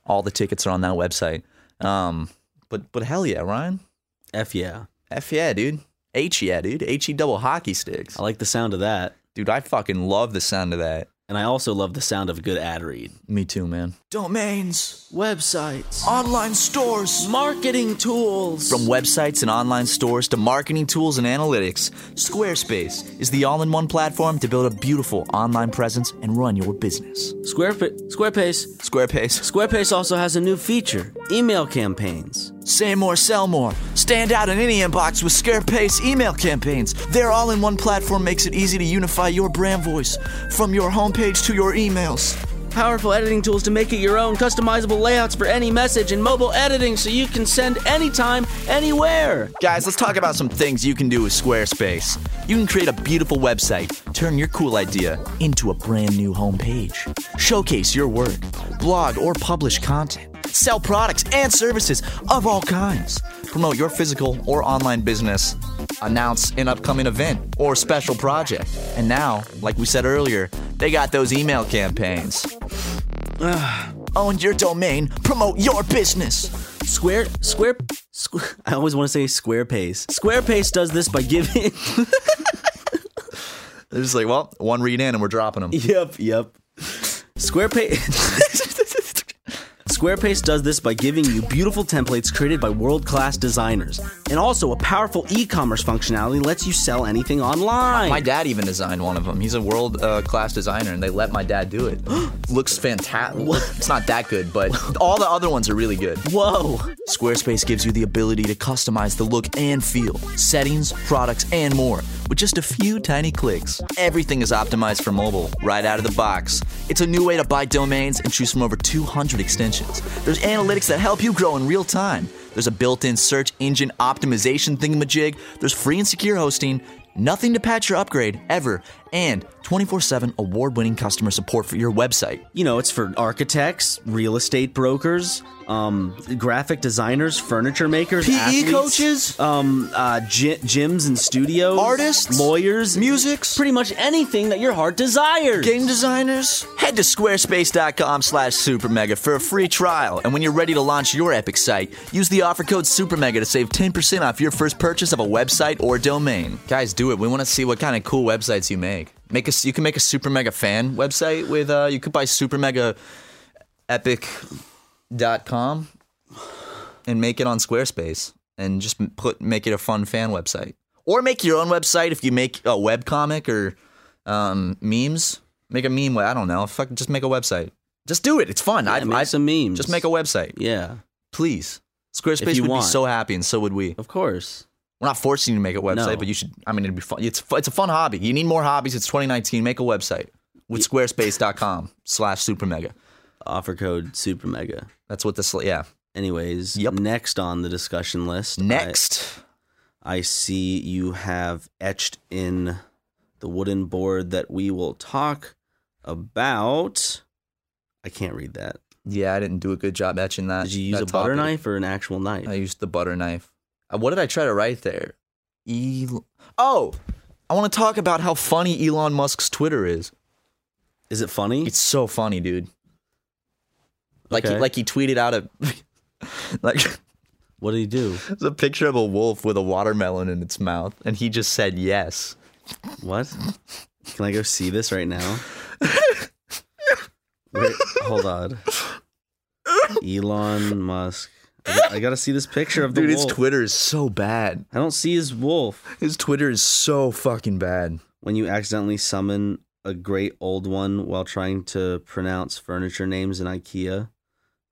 Speaker 2: All the tickets are on that website. Um, but but hell yeah, Ryan.
Speaker 1: f yeah.
Speaker 2: F yeah, dude. H yeah, dude. H E double hockey sticks.
Speaker 1: I like the sound of that,
Speaker 2: Dude, I fucking love the sound of that.
Speaker 1: and I also love the sound of a good ad read.
Speaker 2: Me too, man. Domains,
Speaker 1: Websites,
Speaker 2: online stores.
Speaker 1: marketing tools.
Speaker 2: From websites and online stores to marketing tools and analytics, Squarespace is the all in one platform to build a beautiful online presence and run your business.
Speaker 1: Squarepa- Squarepace.
Speaker 2: Squarespace,
Speaker 1: Squarepace also has a new feature: email campaigns.
Speaker 2: say more, sell more. Stand out in any inbox with Squarespace email campaigns. Their all in one platform makes it easy to unify your brand voice from your homepage to your emails.
Speaker 1: powerful editing tools to make it your own, customizable layouts for any message, and mobile editing so you can send anytime, anywhere.
Speaker 2: Guys, let's talk about some things you can do with Squarespace. You can create a beautiful website, turn your cool idea into a brand new homepage, showcase your work, blog or publish content, sell products and services of all kinds, promote your physical or online business, announce an upcoming event or special project. And now, like we said earlier, they got those email campaigns. [SIGHS] Own your domain, promote your business.
Speaker 1: Square, square, squ- [LAUGHS] I always want to say Squarepace. Squarepace does this by giving. [LAUGHS]
Speaker 2: They're just like, well, one read in and we're dropping them.
Speaker 1: yep, yep. [LAUGHS] Squarepace. Squarespace does this by giving you beautiful templates created by world class designers. And also, a powerful e commerce functionality lets you sell anything online.
Speaker 2: My dad even designed one of them. He's a world uh, class designer, and they let my dad do it. Looks fantastic. It's not that good, but all the other ones are really good.
Speaker 1: Whoa!
Speaker 2: Squarespace gives you the ability to customize the look and feel, settings, products, and more with just a few tiny clicks. Everything is optimized for mobile right out of the box. It's a new way to buy domains and choose from over 200 extensions. There's analytics that help you grow in real time. There's a built in search engine optimization thingamajig. There's free and secure hosting. Nothing to patch or upgrade ever, and 24 7 award winning customer support for your website.
Speaker 1: You know, it's for architects, real estate brokers, um, graphic designers, furniture makers,
Speaker 2: PE
Speaker 1: athletes,
Speaker 2: coaches?
Speaker 1: um, E uh, gy- gyms and studios,
Speaker 2: Artists?
Speaker 1: lawyers,
Speaker 2: Musics?
Speaker 1: pretty much anything that your heart desires.
Speaker 2: Game designers? Head to squarespace.com slash supermega for a free trial. And when you're ready to launch your epic site, use the offer code supermega to save 10% off your first purchase of a website or domain. Guys, do it. We want to see what kind of cool websites you make. Make a, you can make a super mega fan website with uh you could buy supermegaepic.com and make it on Squarespace and just put make it a fun fan website. Or make your own website if you make a webcomic or um, memes. Make a meme. I don't know. Fuck, just make a website. Just do it. It's fun.
Speaker 1: Yeah,
Speaker 2: I've,
Speaker 1: make
Speaker 2: I've,
Speaker 1: some memes.
Speaker 2: Just make a website,
Speaker 1: Yeah,
Speaker 2: please. Squarespace
Speaker 1: If you
Speaker 2: would
Speaker 1: want.
Speaker 2: be so happy, and so would we.
Speaker 1: of course.
Speaker 2: We're not forcing you to make a website,
Speaker 1: No.
Speaker 2: but you should. I mean, it'd be fun. It's fu- it's a fun hobby. You need more hobbies. It's 2019. Make a website with Squarespace.com/slash supermega.
Speaker 1: Offer code super mega.
Speaker 2: That's what this. Yeah.
Speaker 1: Anyways,
Speaker 2: Yep.
Speaker 1: next on the discussion list. I-
Speaker 2: Next,
Speaker 1: I see you have etched in the wooden board that we will talk about. I can't read that.
Speaker 2: yeah, I didn't do a good job etching that.
Speaker 1: Did you use
Speaker 2: that
Speaker 1: a butter
Speaker 2: topic.
Speaker 1: knife or an actual knife?
Speaker 2: I used the butter knife. Uh, What did I try to write there? El- oh, I want to talk about how funny Elon Musk's Twitter is.
Speaker 1: Is it funny?
Speaker 2: It's so funny, dude. Like he,
Speaker 1: Okay.
Speaker 2: like he tweeted out a [LAUGHS] like [LAUGHS]
Speaker 1: what did he do?
Speaker 2: it's a picture of a wolf with a watermelon in its mouth, and he just said yes.
Speaker 1: What? Can I go see this
Speaker 2: [LAUGHS]
Speaker 1: right now? Wait, hold on. Elon Musk. I got- I gotta see this picture of the
Speaker 2: Dude,
Speaker 1: wolf.
Speaker 2: his Twitter is so bad.
Speaker 1: I don't see his wolf.
Speaker 2: His Twitter is so fucking bad.
Speaker 1: When you accidentally summon a great old one while trying to pronounce furniture names in IKEA,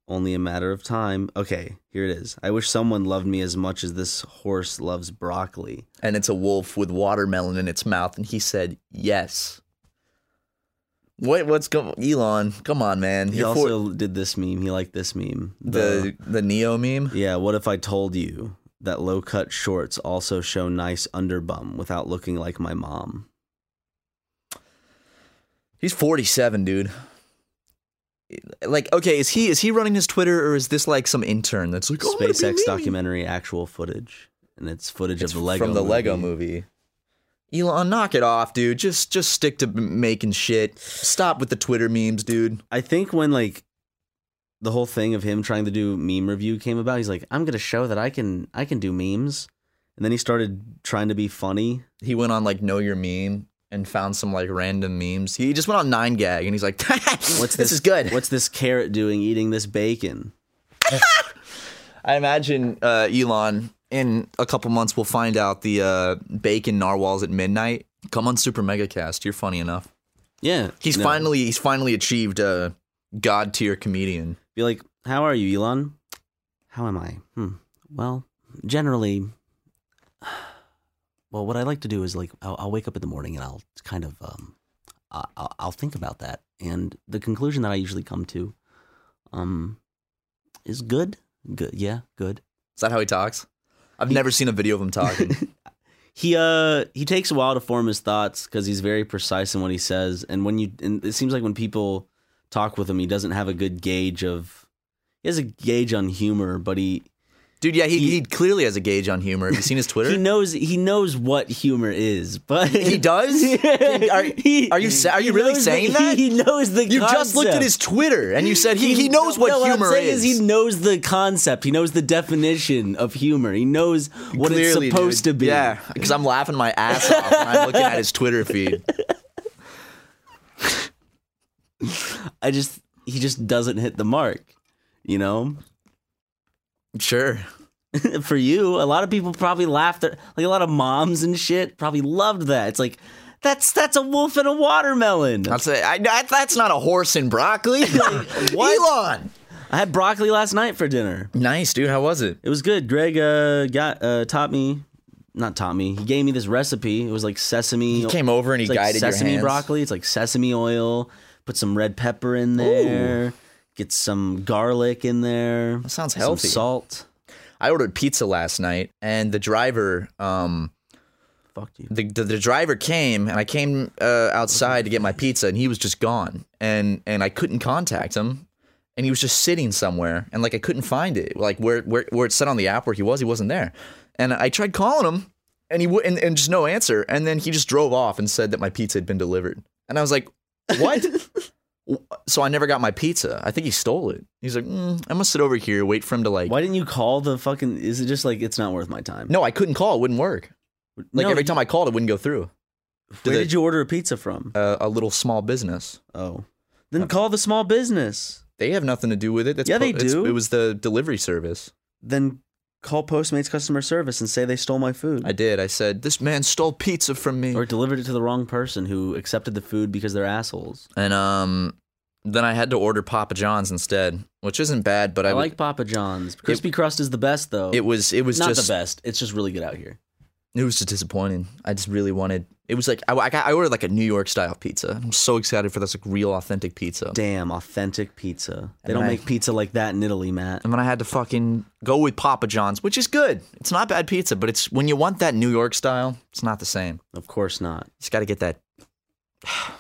Speaker 1: only a matter of time. Okay, here it is. I wish someone loved me as much as this horse loves broccoli.
Speaker 2: And it's a wolf with watermelon in its mouth, and he said yes. What what's going Elon? Come on, man.
Speaker 1: He
Speaker 2: You're for-
Speaker 1: also did this meme. He liked this meme.
Speaker 2: the the Neo meme.
Speaker 1: Yeah, what if I told you that low cut shorts also show nice underbum without looking like my mom?
Speaker 2: He's 47, dude. Like, okay, is he is he running his Twitter or is this like some intern that's like oh, I'm gonna be
Speaker 1: SpaceX
Speaker 2: me."
Speaker 1: documentary, actual footage. And it's footage
Speaker 2: It's
Speaker 1: of the Lego
Speaker 2: from the Lego movie? Elon, knock it off, dude. Just just stick to m- making shit. Stop with the Twitter memes, dude.
Speaker 1: I think when like the whole thing of him trying to do meme review came about, he's like, I'm gonna show that I can I can do memes. And then he started trying to
Speaker 2: [LAUGHS]
Speaker 1: be funny.
Speaker 2: He went on like Know Your Meme and found some like random memes. He just went on Nine Gag and he's like, [LAUGHS]
Speaker 1: What's
Speaker 2: "What's
Speaker 1: this,
Speaker 2: this is good."
Speaker 1: What's this carrot doing eating this bacon?
Speaker 2: I imagine uh, Elon in a couple months will find out the uh, bacon narwhals at midnight. Come on, Super Mega Cast. You're funny enough.
Speaker 1: Yeah.
Speaker 2: He's
Speaker 1: no.
Speaker 2: finally he's finally achieved a god tier comedian.
Speaker 1: Be like, how are you, Elon? How am I? Hmm. Well, generally, [SIGHS] well, what I like to do is like, I'll, I'll wake up in the morning and I'll kind of, um, I- I'll, I'll think about that, and the conclusion that I usually come to, um, is good. Good, yeah, good.
Speaker 2: Is that how he talks? I've never seen a video of him [LAUGHS] talking.
Speaker 1: he uh he takes a while to form his thoughts because he's very precise in what he says and when you and it seems like when people talk with him he doesn't have a good gauge of he has a gauge on humor but he
Speaker 2: Dude, yeah, he,
Speaker 1: He-
Speaker 2: he clearly has a gauge on humor. Have you seen his [LAUGHS] Twitter?
Speaker 1: he knows he knows what humor is but [LAUGHS]
Speaker 2: He does? Are- are you sa- are you
Speaker 1: he
Speaker 2: really
Speaker 1: knows
Speaker 2: saying
Speaker 1: the-
Speaker 2: that?
Speaker 1: he, knows the
Speaker 2: you just looked at
Speaker 1: concept.
Speaker 2: his Twitter and you said he, he knows what
Speaker 1: no,
Speaker 2: humor
Speaker 1: what I'm saying
Speaker 2: is.
Speaker 1: is. He knows the concept. He knows the definition of humor. He knows what
Speaker 2: Clearly,
Speaker 1: it's supposed
Speaker 2: dude.
Speaker 1: to be.
Speaker 2: Yeah, because I'm laughing my ass off when I'm looking at his Twitter
Speaker 1: [LAUGHS]
Speaker 2: feed.
Speaker 1: I just he just doesn't hit the mark. You know,
Speaker 2: Sure.
Speaker 1: for you, a lot of people probably laughed. Their, like a lot of moms and shit probably loved that. It's like that's that's a wolf and a watermelon.
Speaker 2: I'll say I, I- that's not a horse in broccoli. [LAUGHS]
Speaker 1: what?
Speaker 2: Elon.
Speaker 1: I had broccoli last night for dinner.
Speaker 2: Nice, dude. How was it?
Speaker 1: It was good. Greg uh, got uh, taught me, not taught me. He gave me this recipe. It was like sesame.
Speaker 2: He came over and he
Speaker 1: it's like
Speaker 2: guided your
Speaker 1: sesame
Speaker 2: hands.
Speaker 1: broccoli. It's like sesame oil. Put some red pepper in there. Get some garlic in there. That
Speaker 2: sounds
Speaker 1: some
Speaker 2: healthy.
Speaker 1: salt.
Speaker 2: I ordered pizza last night, and the driver, um,
Speaker 1: Fuck you.
Speaker 2: the, the the driver came, and I came uh, outside to get my pizza, and he was just gone, and and I couldn't contact him, and he was just sitting somewhere, and like I couldn't find it, like where where where it said on the app where he was, he wasn't there, and I tried calling him, and he would and, and just no answer, and then he just drove off and said that my pizza had been delivered, and I was like,
Speaker 1: [LAUGHS]
Speaker 2: what? so I never got my pizza. I think he stole it. He's like, mm, I'm gonna sit over here, wait for him to like.
Speaker 1: Why didn't you call the fucking? Is it just like it's not worth my time?
Speaker 2: No, I couldn't call. It wouldn't work. Like
Speaker 1: No,
Speaker 2: every time I called, it wouldn't go through.
Speaker 1: Where
Speaker 2: they-
Speaker 1: did you order a pizza from?
Speaker 2: Uh, a little small business.
Speaker 1: Oh, then call the small business.
Speaker 2: They have nothing to do with it. That's
Speaker 1: Yeah, they
Speaker 2: it's-
Speaker 1: do.
Speaker 2: It was the delivery service.
Speaker 1: Then call Postmates customer service and say they stole my food.
Speaker 2: I did. I said, this man stole pizza from me.
Speaker 1: or delivered it to the wrong person who accepted the food because they're assholes.
Speaker 2: and um, then I had to order Papa John's instead, which isn't bad, but I,
Speaker 1: I
Speaker 2: would-
Speaker 1: like Papa John's. Crispy crust is the best though.
Speaker 2: it was it was
Speaker 1: not
Speaker 2: just
Speaker 1: the best. It's just really good out here.
Speaker 2: it was just disappointing. I just really wanted it was like I, I, got, I ordered like a New York style pizza. I'm so excited for this like real authentic pizza.
Speaker 1: Damn, authentic pizza. They
Speaker 2: And
Speaker 1: don't
Speaker 2: I-
Speaker 1: make pizza like that in Italy, Matt.
Speaker 2: And then I had to fucking go with Papa John's, which is good. It's not bad pizza, but it's when you want that New York style, it's not the same.
Speaker 1: Of course not.
Speaker 2: Just got to get that. [SIGHS] I,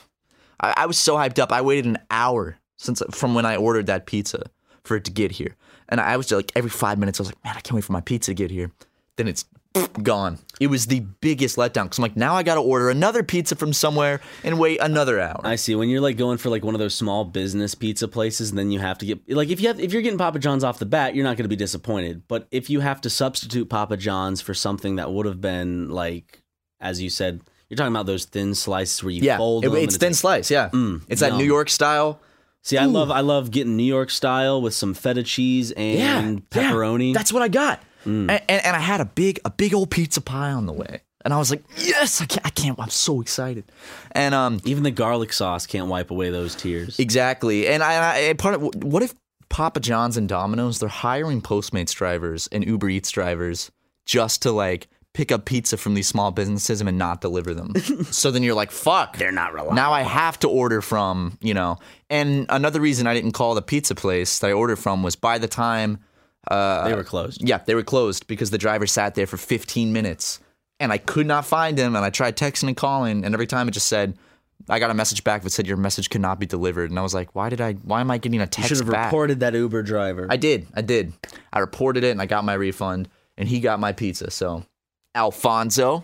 Speaker 2: I was so hyped up. I waited an hour since from when I ordered that pizza for it to get here, and I was like every five minutes, I was like, man, I can't wait for my pizza to get here. Then it's [SNIFFS] gone. It was the biggest letdown because I'm like, now I got to order another pizza from somewhere and wait another hour.
Speaker 1: I see. When you're like going for like one of those small business pizza places, and then you have to get like if you have, if you're getting Papa John's off the bat, you're not going to be disappointed. But if you have to substitute Papa John's for something that would have been like, as you said, you're talking about those thin slices where you
Speaker 2: yeah,
Speaker 1: fold
Speaker 2: it-
Speaker 1: them. and
Speaker 2: it's thin
Speaker 1: like-
Speaker 2: slice. Yeah,
Speaker 1: Mm,
Speaker 2: it's that New
Speaker 1: yum.
Speaker 2: York style.
Speaker 1: See, I love I love getting New York style with some feta cheese and
Speaker 2: yeah,
Speaker 1: pepperoni. Mm.
Speaker 2: that's what I got. And, and, and I had a big, a big old pizza pie on the way. And I was like, yes, I can't, I can't, I'm so excited. And um,
Speaker 1: even the garlic sauce can't wipe away those tears.
Speaker 2: exactly. And I, and I and part of, what if Papa John's and Domino's, they're hiring Postmates drivers and Uber Eats drivers just to like pick up pizza from these small businesses and not deliver [LAUGHS] them. so then you're like, fuck. They're not reliable. Now I have to order from, you know. And another reason I didn't call the pizza place that I ordered from was by the time
Speaker 1: they were closed.
Speaker 2: Yeah, they were closed because the driver sat there for 15 minutes and I could not find him. And I tried texting and calling, and every time it just said, I got a message back that said, Your message could not be delivered. And I was like, Why did I, why am I getting a
Speaker 1: You
Speaker 2: text
Speaker 1: should have
Speaker 2: back?
Speaker 1: reported that Uber driver.
Speaker 2: I did. I did. I reported it and I got my refund and he got my pizza. So, Alfonso.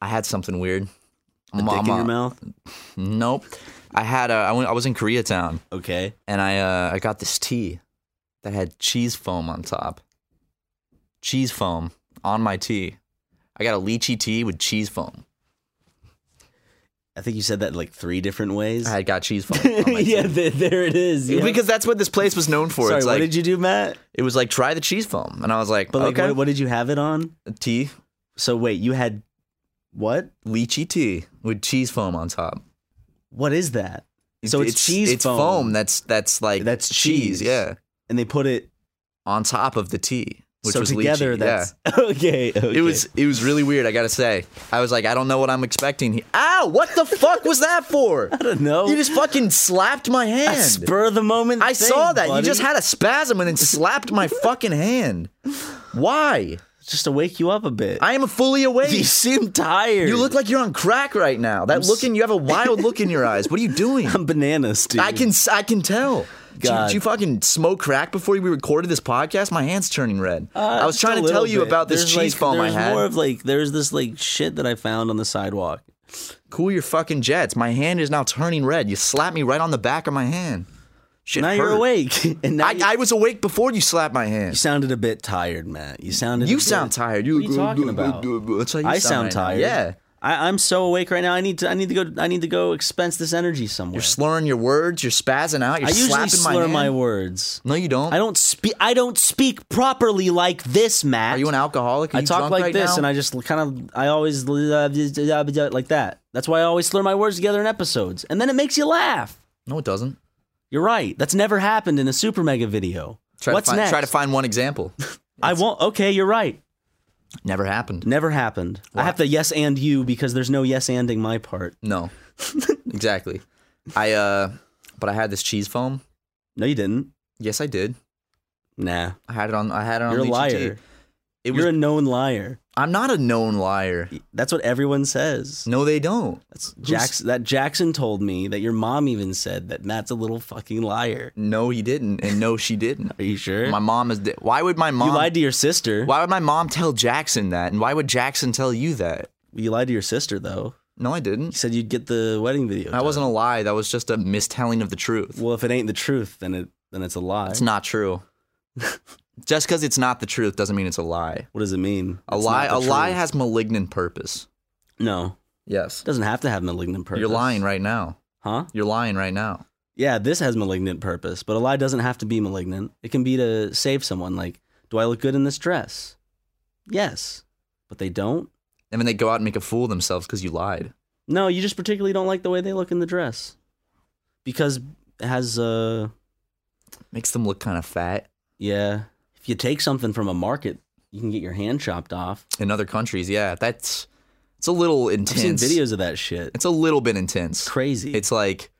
Speaker 2: I had something weird.
Speaker 1: A dick in your mouth.
Speaker 2: Nope. I had a, I, went, I was in Koreatown
Speaker 1: Okay.
Speaker 2: and I uh, I got this tea that had cheese foam on top. Cheese foam on my tea. I got a lychee tea with cheese foam.
Speaker 1: I think you said that like three different ways.
Speaker 2: I had got cheese foam. On my [LAUGHS]
Speaker 1: [LAUGHS] yeah,
Speaker 2: tea.
Speaker 1: th- there it is. yeah.
Speaker 2: because that's what this place was known for.
Speaker 1: sorry,
Speaker 2: it's
Speaker 1: what
Speaker 2: like
Speaker 1: did you do, Matt?
Speaker 2: it was like try the cheese foam, and I was like,
Speaker 1: But like,
Speaker 2: okay,
Speaker 1: what, what did you have it on?
Speaker 2: tea
Speaker 1: So wait, you had what?
Speaker 2: lychee tea with cheese foam on top.
Speaker 1: What is that? So it's, cheese
Speaker 2: It's
Speaker 1: foam,
Speaker 2: foam. that's that's like
Speaker 1: That's cheese.
Speaker 2: Yeah,
Speaker 1: and they put it
Speaker 2: on top of the tea, which
Speaker 1: so
Speaker 2: was
Speaker 1: together.
Speaker 2: lychee. yeah.
Speaker 1: That's [LAUGHS] okay, okay.
Speaker 2: It was it was really weird. I gotta say, I was like, I don't know what I'm expecting. He- Ow! What the fuck was that
Speaker 1: [LAUGHS]
Speaker 2: for? I
Speaker 1: don't know.
Speaker 2: You just fucking slapped my
Speaker 1: a
Speaker 2: hand.
Speaker 1: spur of the moment.
Speaker 2: I
Speaker 1: thing,
Speaker 2: saw that.
Speaker 1: buddy.
Speaker 2: You just had a spasm and then slapped
Speaker 1: [LAUGHS]
Speaker 2: my fucking hand. Why?
Speaker 1: just to wake you up a bit.
Speaker 2: I am fully [LAUGHS] awake.
Speaker 1: you seem tired.
Speaker 2: You look like you're on crack right
Speaker 1: [LAUGHS]
Speaker 2: now. That look in you have a wild look in your eyes. What are you doing?
Speaker 1: I'm bananas, dude.
Speaker 2: I can s- I can tell. Did you-
Speaker 1: God.
Speaker 2: Did you fucking smoke crack before we recorded this podcast? My hand's turning red. I was
Speaker 1: Uh, just
Speaker 2: trying
Speaker 1: a
Speaker 2: to tell
Speaker 1: little
Speaker 2: you
Speaker 1: bit.
Speaker 2: about this
Speaker 1: There's,
Speaker 2: cheese
Speaker 1: like,
Speaker 2: foam I
Speaker 1: there's
Speaker 2: had.
Speaker 1: More of like there's this like shit that I found on the sidewalk.
Speaker 2: Cool your fucking jets. My hand is now turning red. You slapped me right on the back of my hand. Shit
Speaker 1: now you're
Speaker 2: hurt.
Speaker 1: awake, [LAUGHS] and now
Speaker 2: I, I was awake before you slapped my hand. You
Speaker 1: sounded a bit tired, Matt. You sounded.
Speaker 2: You
Speaker 1: a bit-
Speaker 2: sound tired. You,
Speaker 1: what are you talking about?
Speaker 2: That's how you
Speaker 1: I
Speaker 2: sound
Speaker 1: sound
Speaker 2: right
Speaker 1: tired.
Speaker 2: now. Yeah.
Speaker 1: I, I'm so awake right now. I need to. I need to go. I need to go expense this energy somewhere. You're
Speaker 2: slurring your words. You're spazzing out. You're
Speaker 1: I usually
Speaker 2: slapping my
Speaker 1: slur
Speaker 2: hand.
Speaker 1: my words.
Speaker 2: No, you don't.
Speaker 1: I don't speak. I don't speak properly like this, Matt. Are you
Speaker 2: an alcoholic? Are
Speaker 1: I
Speaker 2: you
Speaker 1: talk
Speaker 2: drunk
Speaker 1: like
Speaker 2: right
Speaker 1: this,
Speaker 2: now?
Speaker 1: and I just kind of. I always like that. That's why I always slur my words together in episodes, and then it makes you laugh.
Speaker 2: No, it doesn't.
Speaker 1: You're right. That's never happened in a super mega video.
Speaker 2: Try
Speaker 1: What's
Speaker 2: to find,
Speaker 1: next?
Speaker 2: Try to find one
Speaker 1: [LAUGHS]
Speaker 2: example.
Speaker 1: I won't. Okay, you're right.
Speaker 2: Never happened.
Speaker 1: Never happened. I have to yes and you because there's no yes anding my part. [LAUGHS]
Speaker 2: No. exactly. I uh but I had this cheese foam.
Speaker 1: No, you didn't.
Speaker 2: Yes, I did.
Speaker 1: Nah.
Speaker 2: I had it on I had it on
Speaker 1: You're a
Speaker 2: Leech
Speaker 1: liar.
Speaker 2: ET. It
Speaker 1: You're a known liar.
Speaker 2: I'm not a known liar.
Speaker 1: That's what everyone says.
Speaker 2: No, they don't.
Speaker 1: That's Jackson. That Jackson told me that your mom even said that Matt's a little fucking liar.
Speaker 2: No, he didn't, and no, she
Speaker 1: [LAUGHS]
Speaker 2: didn't.
Speaker 1: Are you sure?
Speaker 2: My mom is. Di- why would my mom?
Speaker 1: lied to your sister.
Speaker 2: Why would my mom tell Jackson that, and why would Jackson tell you that?
Speaker 1: You lied to your sister, though.
Speaker 2: No, I didn't. You
Speaker 1: said you'd get the wedding video.
Speaker 2: That wasn't a lie. That was just a mistelling of the truth.
Speaker 1: Well, if it ain't the truth, then it then it's a lie.
Speaker 2: It's not
Speaker 1: [LAUGHS]
Speaker 2: true. just because it's not the truth doesn't mean it's a lie.
Speaker 1: What does it mean?
Speaker 2: A
Speaker 1: It's
Speaker 2: lie.
Speaker 1: not
Speaker 2: A
Speaker 1: the
Speaker 2: lie
Speaker 1: truth.
Speaker 2: has malignant purpose.
Speaker 1: No.
Speaker 2: Yes.
Speaker 1: Doesn't have to have malignant purpose.
Speaker 2: You're lying right now.
Speaker 1: Huh?
Speaker 2: You're lying right now.
Speaker 1: Yeah, this has malignant purpose, but a lie doesn't have to be malignant. It can be to save someone. Like, do I look good in this dress? Yes, but they don't.
Speaker 2: And then they go out and make a fool of themselves because you lied.
Speaker 1: No, you just particularly don't like the way they look in the dress because it has uh
Speaker 2: makes them look kind of fat.
Speaker 1: Yeah, if you take something from a market, you can get your hand chopped off.
Speaker 2: In other countries, yeah, that's it's a little
Speaker 1: I've seen
Speaker 2: intense.
Speaker 1: videos of that shit.
Speaker 2: It's a little bit intense.
Speaker 1: crazy.
Speaker 2: It's like,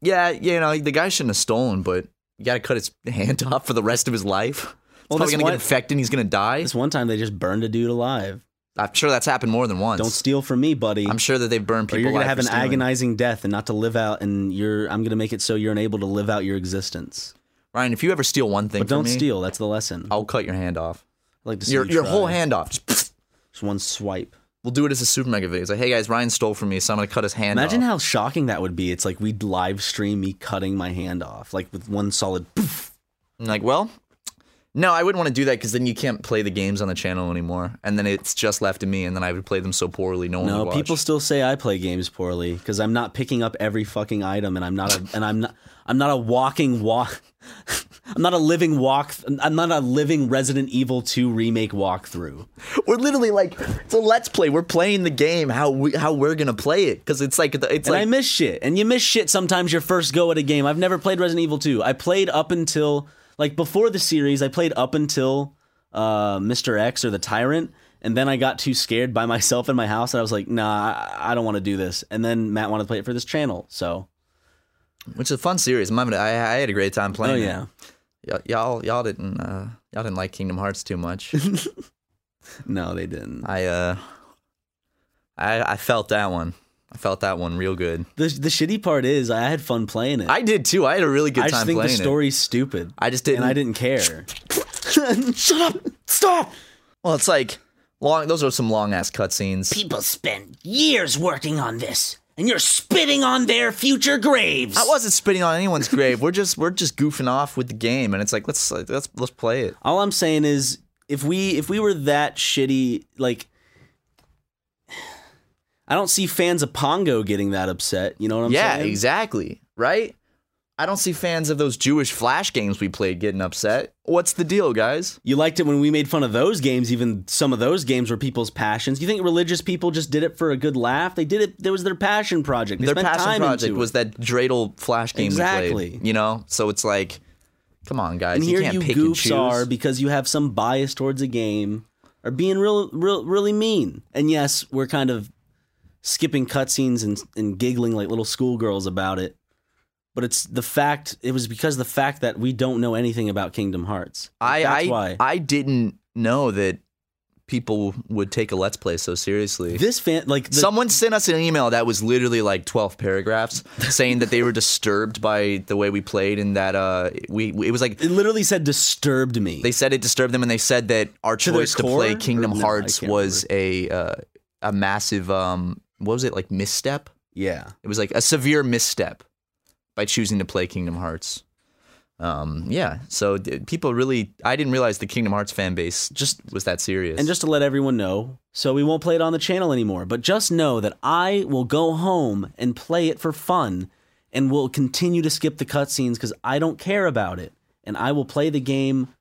Speaker 2: yeah, you know, the guy shouldn't have stolen, but you got to cut his [LAUGHS] hand off for the rest of his life. He's
Speaker 1: Well,
Speaker 2: probably
Speaker 1: this
Speaker 2: gonna
Speaker 1: one-
Speaker 2: get infected. and He's gonna die.
Speaker 1: This one time they just burned a dude alive.
Speaker 2: I'm sure that's happened more than once.
Speaker 1: Don't steal from me, buddy.
Speaker 2: I'm sure that they've burned
Speaker 1: or
Speaker 2: people.
Speaker 1: you're gonna
Speaker 2: alive
Speaker 1: have
Speaker 2: for
Speaker 1: an
Speaker 2: stealing.
Speaker 1: agonizing death and not to live out, and you're. I'm gonna make it so you're unable to live out your existence.
Speaker 2: Ryan, if you ever steal one thing,
Speaker 1: But
Speaker 2: from
Speaker 1: don't
Speaker 2: me,
Speaker 1: steal. That's the lesson.
Speaker 2: I'll cut your hand off.
Speaker 1: I'd like to see
Speaker 2: Your
Speaker 1: you
Speaker 2: your whole
Speaker 1: try.
Speaker 2: hand off. Just, [LAUGHS]
Speaker 1: Just one swipe.
Speaker 2: We'll do it as a super mega video. It's like, hey guys, Ryan stole from me, so I'm gonna cut his hand.
Speaker 1: Imagine
Speaker 2: off.
Speaker 1: how shocking that would be. It's like we'd live stream me cutting my hand off, like with one solid. Poof.
Speaker 2: I'm like, well, no, I wouldn't want to do that because then you can't play the games on the channel anymore, and then it's just left to me, and then I would play them so poorly, no one would
Speaker 1: No,
Speaker 2: watch.
Speaker 1: people still say I play games poorly because I'm not picking up every fucking item, and I'm not a, and I'm not, I'm not a walking walk. [LAUGHS] I'm not a living walk. I'm not a living Resident Evil 2 remake walkthrough.
Speaker 2: We're literally like, it's a let's play. We're playing the game how we how we're gonna play it because it's like it's
Speaker 1: and
Speaker 2: like
Speaker 1: I miss shit. And you miss shit sometimes your first go at a game. I've never played Resident Evil 2. I played up until like before the series, I played up until uh Mr. X or the Tyrant, and then I got too scared by [LAUGHS] myself in my house and I was like, "Nah, I, I don't want to do this." And then Matt wanted to play it for this channel. So, oh
Speaker 2: which is a fun series. I'm having- I, I had a great time playing.
Speaker 1: Oh, yeah.
Speaker 2: it. Y- y'all y'all didn't uh, y'all didn't like Kingdom Hearts too
Speaker 1: [LAUGHS]
Speaker 2: much.
Speaker 1: no, they didn't.
Speaker 2: I uh, I I felt that one. I felt that one real good.
Speaker 1: the the shitty part is I had fun playing it.
Speaker 2: I did too. I had a really good
Speaker 1: I
Speaker 2: time
Speaker 1: just think the
Speaker 2: playing it.
Speaker 1: story's stupid.
Speaker 2: I just didn't.
Speaker 1: and I didn't care.
Speaker 2: Shut up! Stop! Well, it's like long. Those are some long ass cutscenes.
Speaker 7: People spend years working on this, and you're spitting on their future graves.
Speaker 2: I wasn't spitting on anyone's grave. We're just we're just goofing off with the game, and it's like let's let's let's play it.
Speaker 1: All I'm saying is if we if we were that shitty, like I don't see fans of Pongo getting that upset. You know what I'm
Speaker 2: yeah,
Speaker 1: saying?
Speaker 2: exactly. Right? I don't see fans of those Jewish flash games we played getting upset. What's the deal, guys?
Speaker 1: You liked it when we made fun of those games, even some of those games were people's passions. You think religious people just did it for a good laugh? They did it. That was their passion project. They
Speaker 2: Their
Speaker 1: spent
Speaker 2: passion
Speaker 1: time
Speaker 2: project
Speaker 1: into
Speaker 2: was
Speaker 1: it.
Speaker 2: that dreidel flash game we
Speaker 1: Exactly.
Speaker 2: played. You know, so it's like, come on, guys,
Speaker 1: And
Speaker 2: you
Speaker 1: here
Speaker 2: can't
Speaker 1: you
Speaker 2: pick and choose.
Speaker 1: goofs are because you have some bias towards a game, are being real, real, really mean. And yes, we're kind of skipping cutscenes and and giggling like little schoolgirls about it. But it's the fact. It was because the fact that we don't know anything about Kingdom Hearts.
Speaker 2: I
Speaker 1: That's
Speaker 2: I
Speaker 1: why.
Speaker 2: I didn't know that people would take a Let's Play so seriously.
Speaker 1: This fan, like, the-
Speaker 2: someone sent us an email that was literally like twelve paragraphs, saying that they were [LAUGHS] disturbed by the way we played and that uh, we it was like
Speaker 1: it literally said disturbed me.
Speaker 2: They said it disturbed them, and they said that our
Speaker 1: To their
Speaker 2: choice to,
Speaker 1: core?
Speaker 2: play Kingdom
Speaker 1: Or no, I
Speaker 2: Hearts
Speaker 1: can't
Speaker 2: was a uh, a massive um, what was it like misstep?
Speaker 1: Yeah,
Speaker 2: it was like a severe misstep by choosing to play Kingdom Hearts. Um, yeah, so d- people really, I didn't realize the Kingdom Hearts fan base just was that serious.
Speaker 1: And just to let everyone know, so we won't play it on the channel anymore, but just know that I will go home and play it for fun and will continue to skip the cutscenes because I don't care about it. And I will play the game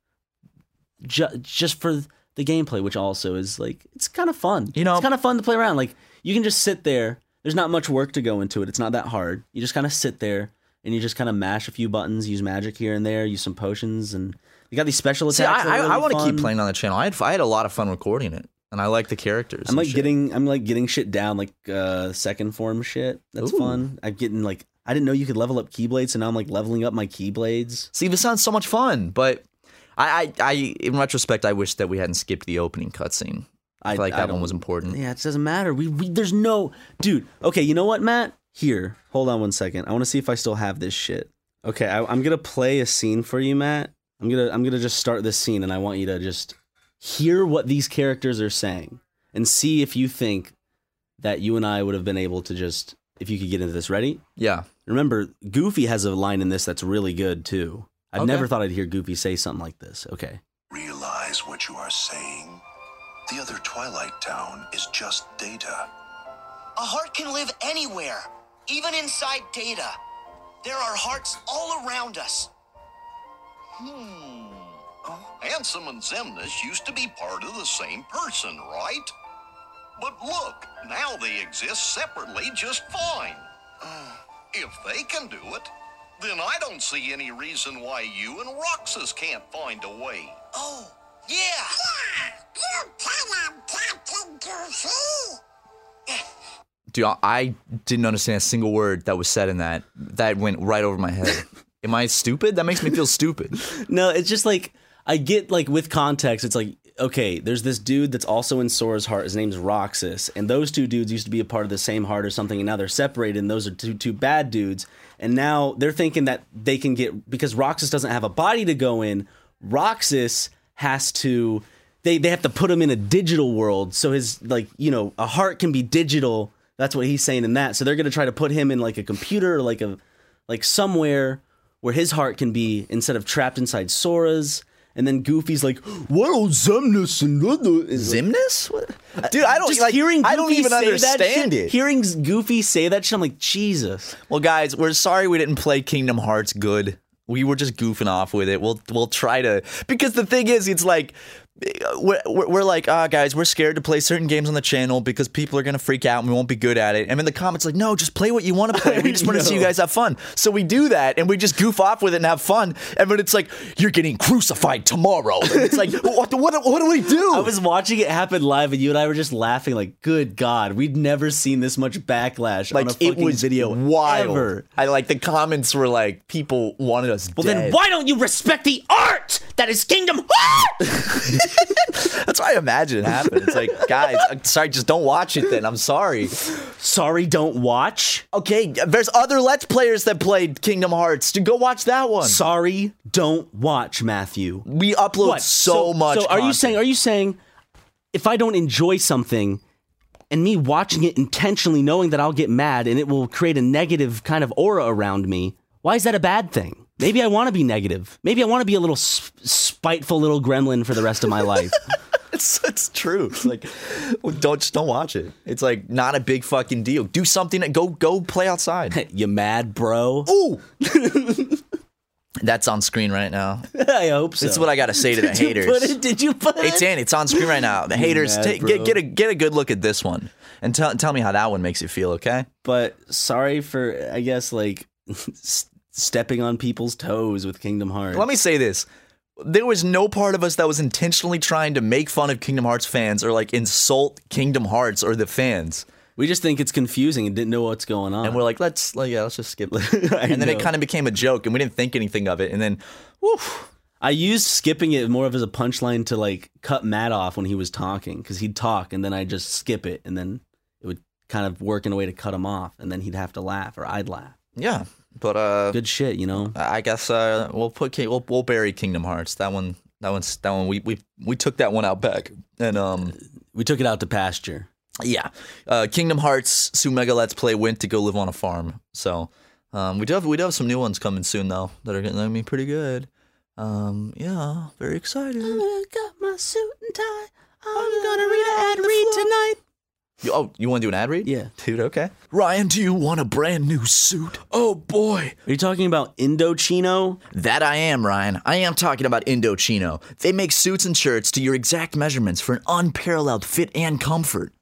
Speaker 1: ju- just for the gameplay, which also is like, it's kind of fun. You know, it's kind of fun to play around. Like, you can just sit there. There's not much work to go into it, it's not that hard. You just kind of sit there and you just kind of mash a few buttons, use magic here and there, use some potions, and you got these special
Speaker 2: See,
Speaker 1: attacks. that
Speaker 2: I, I,
Speaker 1: are really
Speaker 2: I want to
Speaker 1: fun.
Speaker 2: keep playing on the channel. I had, I had a lot of fun recording it, and I like the characters.
Speaker 1: I'm like getting I'm like getting shit down like uh second form shit. That's
Speaker 2: Ooh.
Speaker 1: fun. I'm getting like I didn't know you could level up keyblades, so now I'm like leveling up my keyblades.
Speaker 2: See, this sounds so much fun, but I, I, I in retrospect, I wish that we hadn't skipped the opening cutscene. I, feel like
Speaker 1: I
Speaker 2: that one
Speaker 1: don't-
Speaker 2: was important.
Speaker 1: [LAUGHS] Yeah, it doesn't matter. We, we there's no dude. Okay, you know what, Matt? Here, hold on one second. I want to see if I still have this shit. Okay, I, I'm gonna play a scene for you, Matt. I'm gonna I'm gonna just start this scene, and I want you to just hear what these characters are saying and see if you think that you and I would have been able to just if you could get into this. Ready?
Speaker 2: Yeah.
Speaker 1: Remember, Goofy has a line in this that's really good too. I've
Speaker 8: Okay.
Speaker 1: never thought I'd hear Goofy say something like this. Okay.
Speaker 8: Realize what you are saying. The other Twilight Town is just data.
Speaker 9: A heart can live anywhere, even inside data. There are hearts all around us.
Speaker 8: Hmm. Ansem and Zemnis used to be part of the same person, right? But look, now they exist separately just fine. If they can do it, then I don't see any reason why you and Roxas can't find a way.
Speaker 9: Oh, yeah. Yeah, you kind of talking goofy.
Speaker 2: Dude, I- I didn't understand a single word that was said in that. That went right over my
Speaker 1: [LAUGHS]
Speaker 2: head. Am I stupid? That makes me feel stupid.
Speaker 1: no, it's just like I get like with context, it's like okay, there's this dude that's also in Sora's heart. His name's Roxas, and those two dudes used to be a part of the same heart or something, and now they're separated. And those are two two bad dudes, and now they're thinking that they can get because Roxas doesn't have a body to go in. Roxas has to. They, they have to put him in a digital world so his like you know a heart can be digital that's what he's saying in that so they're going to try to put him in like a computer or like a like somewhere where his heart can be instead of trapped inside Sora's. And then Goofy's like, "What old Zemnis and
Speaker 2: Zemnis? Dude, I don't-
Speaker 1: just
Speaker 2: like,
Speaker 1: hearing. Goofy
Speaker 2: I don't even
Speaker 1: say that
Speaker 2: understand
Speaker 1: shit-
Speaker 2: it.
Speaker 1: Hearing Goofy say that shit, I'm like, Jesus.
Speaker 2: Well, guys, we're sorry we didn't play Kingdom Hearts good. We were just goofing off with it. We'll we'll try to because the thing is, it's like we're, we're we're like ah guys, we're scared to play certain games on the channel because people are gonna freak out and we won't be good at it. And in the comments, like, no, just play what you want to
Speaker 1: [LAUGHS]
Speaker 2: play. We just want to see you
Speaker 1: know.
Speaker 2: guys have fun. So we do that and we just goof off with it and have fun. And but it's like you're getting crucified tomorrow. And it's like [LAUGHS] what what what do we do?
Speaker 1: I was watching it happen live, and you and I were just laughing, like, "Good God, we'd never seen this much backlash on a
Speaker 2: like
Speaker 1: fucking
Speaker 2: it was
Speaker 1: video
Speaker 2: wild.
Speaker 1: ever."
Speaker 2: I like the comments were like people wanted us.
Speaker 7: Well, then
Speaker 2: dead.
Speaker 7: why don't you respect the art that is Kingdom Hearts?
Speaker 1: [LAUGHS]
Speaker 2: That's what I imagine it happened. It's like, guys, I'm sorry, just don't watch it then. I'm sorry.
Speaker 1: Sorry, don't watch.
Speaker 2: Okay, there's other Let's Players that played Kingdom Hearts. Dude, go watch that one.
Speaker 1: Sorry, don't watch, Matthew.
Speaker 2: We upload
Speaker 1: What?
Speaker 2: so, much.
Speaker 1: So are you
Speaker 2: content.
Speaker 1: saying? Are you saying if I don't enjoy something? And me watching it intentionally, knowing that I'll get mad and it will create a negative kind of aura around me. Why is that a bad thing? Maybe I want to be negative. Maybe I want to be a little sp- spiteful little gremlin for the rest of
Speaker 2: [LAUGHS]
Speaker 1: my life.
Speaker 2: [LAUGHS] it's, it's true? It's like, well, don't just don't watch it. It's like not a big fucking deal. Do something. Go go play
Speaker 1: [LAUGHS]
Speaker 2: outside.
Speaker 1: you mad, bro?
Speaker 2: Ooh. That's on screen right now.
Speaker 1: [LAUGHS] I hope so.
Speaker 2: That's what I gotta say to the
Speaker 1: [LAUGHS] Did you
Speaker 2: haters.
Speaker 1: put it- did you put it?
Speaker 2: It's in. It's on screen right now. The
Speaker 1: You
Speaker 2: haters,
Speaker 1: mad,
Speaker 2: ta- get
Speaker 1: bro.
Speaker 2: get a get a good look at this one, and tell tell me how that one makes you feel. Okay.
Speaker 1: but sorry for I guess like s- stepping on people's toes with Kingdom Hearts.
Speaker 2: Let me say this. There was no part of us that was intentionally trying to make fun of Kingdom Hearts fans or like insult Kingdom Hearts or the fans.
Speaker 1: We just think it's confusing and didn't know what's going on.
Speaker 2: And we're
Speaker 7: [LAUGHS]
Speaker 2: like,
Speaker 1: [LAUGHS]
Speaker 2: let's like yeah, let's just skip it. and then it
Speaker 1: Uh-huh. know.
Speaker 2: kind of became a joke and we didn't think anything of it. And then
Speaker 1: I used skipping it more of as a punchline to like cut Matt off when he was talking because he'd talk and then I'd just skip it and then it would kind of work in a way to cut him off and then he'd have to laugh or I'd laugh.
Speaker 2: Yeah, but uh,
Speaker 1: good shit, you know.
Speaker 2: I guess uh, we'll put King, we'll, we'll bury Kingdom Hearts. That one, that one's that one. We we we took that one out back, and um,
Speaker 1: we took it out to pasture.
Speaker 2: Yeah, uh, Kingdom Hearts Sumega Let's Play went to go live on a farm. So um, we do have we do have some new ones coming soon though that are gonna be pretty good. Um, yeah, very excited.
Speaker 7: got my suit and tie. I'm gonna read an ad read tonight.
Speaker 2: You- oh, you want to do an ad read? Yeah, dude. Okay. Ryan, do you want a brand new suit? Oh boy.
Speaker 1: Are you talking about Indochino?
Speaker 2: That I am, Ryan. I am talking about Indochino. They make suits and shirts to your exact measurements for an unparalleled fit and comfort.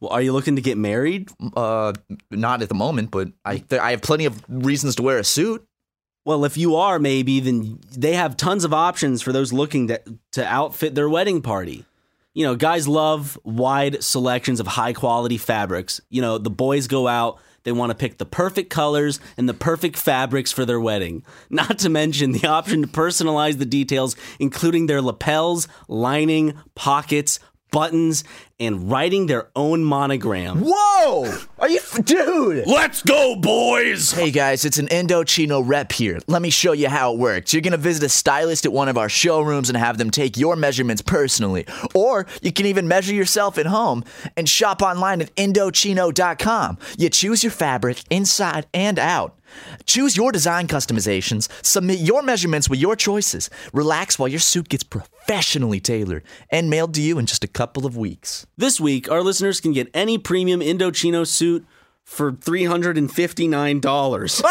Speaker 1: Well, are you looking to get married?
Speaker 2: Uh, not at the moment, but I there, I have plenty of reasons to wear a suit.
Speaker 1: Well, if you are, maybe then they have tons of options for those looking to, to outfit their wedding party. You know, guys love wide selections of high quality fabrics. You know, the boys go out, they want to pick the perfect colors and the perfect fabrics for their wedding. [LAUGHS] Not to mention the option to personalize the details, including their lapels, lining, pockets, buttons, and writing their own monogram.
Speaker 2: Whoa! Are you, f- dude?
Speaker 1: Let's go, boys!
Speaker 2: Hey guys, it's an Indochino rep here. Let me show you how it works. You're gonna visit a stylist at one of our showrooms and have them take your measurements personally. Or you can even measure yourself at home and shop online at Indochino.com. You choose your fabric inside and out. Choose your design customizations, submit your measurements with your choices, relax while your suit gets professionally tailored and mailed to you in just a couple of weeks.
Speaker 1: This week, our listeners can get any premium Indochino suit for [LAUGHS] $359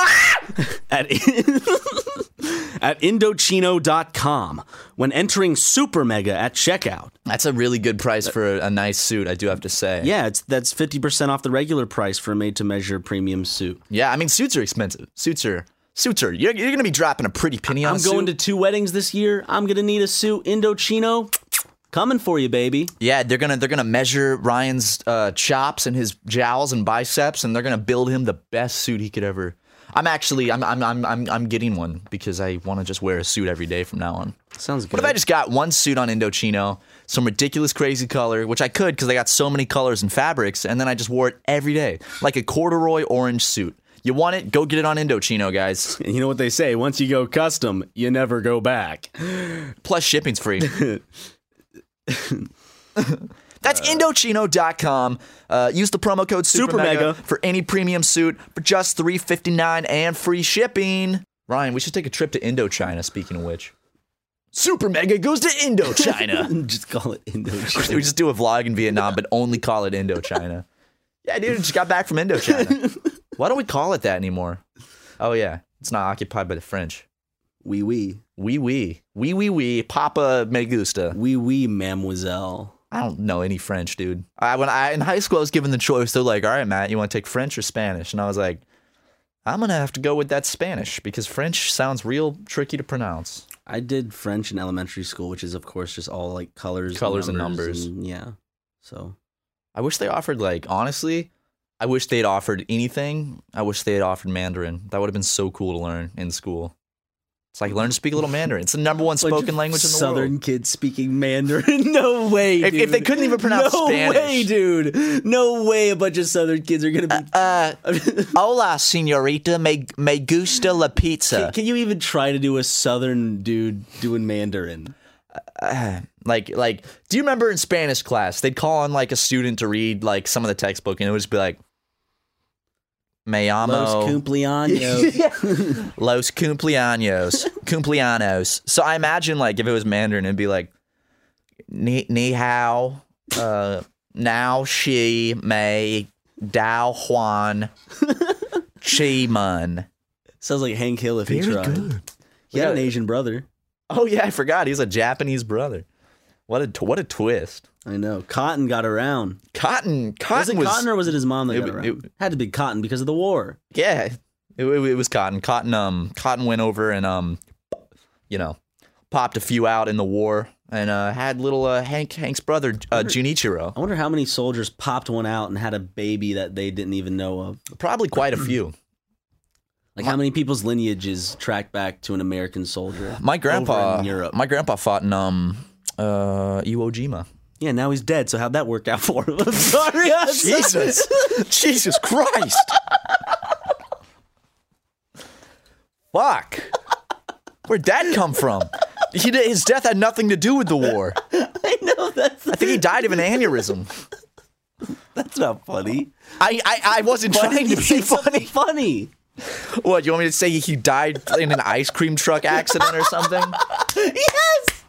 Speaker 1: at, [LAUGHS] at Indochino.com when entering Super Mega at checkout.
Speaker 2: That's a really good price for a nice suit, I do have to say.
Speaker 1: Yeah, it's that's 50% off the regular price for a made to measure premium suit.
Speaker 2: Yeah, I mean suits are expensive. Suits are suits are you're, you're gonna be dropping a pretty penny on
Speaker 1: I'm
Speaker 2: a
Speaker 1: going
Speaker 2: suit.
Speaker 1: to two weddings this year. I'm going to need a suit. Indochino, coming for you, baby.
Speaker 2: yeah, they're gonna they're gonna measure Ryan's uh, chops and his jowls and biceps, and they're gonna build him the best suit he could ever. I'm actually I'm I'm I'm I'm, I'm getting one because I want to just wear a suit every day from now on.
Speaker 1: Sounds good.
Speaker 2: What if I just got one suit on Indochino, some ridiculous crazy color, which I could because I got so many colors and fabrics, and then I just wore it every day like a corduroy orange suit. You want it? Go get it on Indochino, guys.
Speaker 1: You know what they say once you go custom, you never go [LAUGHS] back.
Speaker 2: Plus, shipping's free.
Speaker 1: [LAUGHS]
Speaker 2: That's Indochino.com. Uh, use the promo code Super,
Speaker 1: Uh, Super Mega.
Speaker 2: for any premium suit for just three fifty nine and free shipping. Ryan, we should take a trip to Indochina. Speaking of which, Super Mega goes to
Speaker 1: [LAUGHS]
Speaker 2: Indochina. [LAUGHS]
Speaker 1: just call it Indochina.
Speaker 2: we just do a vlog in Vietnam, but only call it Indochina. yeah, dude, just got back from
Speaker 1: [LAUGHS]
Speaker 2: Indochina. Why don't we call it that anymore? Oh yeah, it's not occupied by the French.
Speaker 1: Wee wee.
Speaker 2: Wee wee. Wee wee wee. Papa me gusta.
Speaker 1: Wee wee, mademoiselle.
Speaker 2: I don't know any French, dude. I when I in high school I was given the choice. They're like, "All right, Matt, you want to take French or Spanish?" And I was like, "I'm gonna have to go with that Spanish because French sounds real tricky to pronounce."
Speaker 1: I did French in elementary school, which is of course just all like colors,
Speaker 2: Colors and numbers.
Speaker 1: yeah. So
Speaker 2: I wish they offered like honestly, I wish they'd offered anything. I wish they had offered Mandarin. That would have been so cool to learn in school. It's like learn to speak a little Mandarin. It's the number [LAUGHS] one spoken language in the
Speaker 1: Southern
Speaker 2: world.
Speaker 1: kids speaking Mandarin. [LAUGHS] no way.
Speaker 2: If-
Speaker 1: dude.
Speaker 2: if they couldn't even pronounce
Speaker 1: no
Speaker 2: Spanish.
Speaker 1: way, dude. No way. A bunch of Southern kids are gonna be.
Speaker 2: Uh, hola, señorita. Me, me gusta la pizza.
Speaker 1: [LAUGHS] can, can you even try to do a Southern dude doing Mandarin?
Speaker 2: like like do you remember in spanish class they'd call on like a student to read like some of the textbook and it would just be like me
Speaker 1: Los
Speaker 2: amo [LAUGHS]
Speaker 1: cumpleaños.
Speaker 2: los
Speaker 1: [LAUGHS]
Speaker 2: cumpleaños cumpleaños so i imagine like if it was mandarin it'd be like ni, ni hao uh now she may dao huan chi mun
Speaker 1: Sounds like Hank Hill if he
Speaker 2: Very
Speaker 1: tried.
Speaker 2: good.
Speaker 1: He had
Speaker 2: Yeah.
Speaker 1: an Asian brother.
Speaker 2: oh yeah i forgot he's a japanese brother what a t- what a twist
Speaker 1: I know. Cotton got around.
Speaker 2: cotton
Speaker 1: Was
Speaker 2: cotton
Speaker 1: it
Speaker 2: was
Speaker 1: Cotton or was it his mom that
Speaker 2: it
Speaker 1: got
Speaker 2: wa-
Speaker 1: around?
Speaker 2: it-
Speaker 1: had to be Cotton because of the war.
Speaker 2: Yeah, it, it, it was Cotton. Cotton, um, Cotton went over and um, you know, popped a few out in the war and uh, had little uh, Hank Hank's brother uh, Junichiro.
Speaker 1: I wonder how many soldiers popped one out and had a baby that they didn't even know of.
Speaker 2: Probably quite a few.
Speaker 1: Like how many people's lineages track back to an American soldier?
Speaker 2: My
Speaker 1: over
Speaker 2: grandpa,
Speaker 1: in Europe.
Speaker 2: my grandpa fought in um, uh, Iwo Jima.
Speaker 1: Yeah, now he's dead. So how'd that work out for him? [LAUGHS] I'm sorry. I'm sorry.
Speaker 2: Jesus, Jesus Christ! Fuck, where'd that come from? He, did- his death had nothing to do with the war.
Speaker 1: I know that's.
Speaker 2: I think he died of an aneurysm.
Speaker 1: That's
Speaker 2: [LAUGHS]
Speaker 1: not funny.
Speaker 2: I I, I wasn't
Speaker 1: Why [LAUGHS]
Speaker 2: trying to
Speaker 1: did you
Speaker 2: be funny.
Speaker 1: Funny. [LAUGHS]
Speaker 2: What you want me to say? He died in an ice cream truck accident or something?
Speaker 1: yes.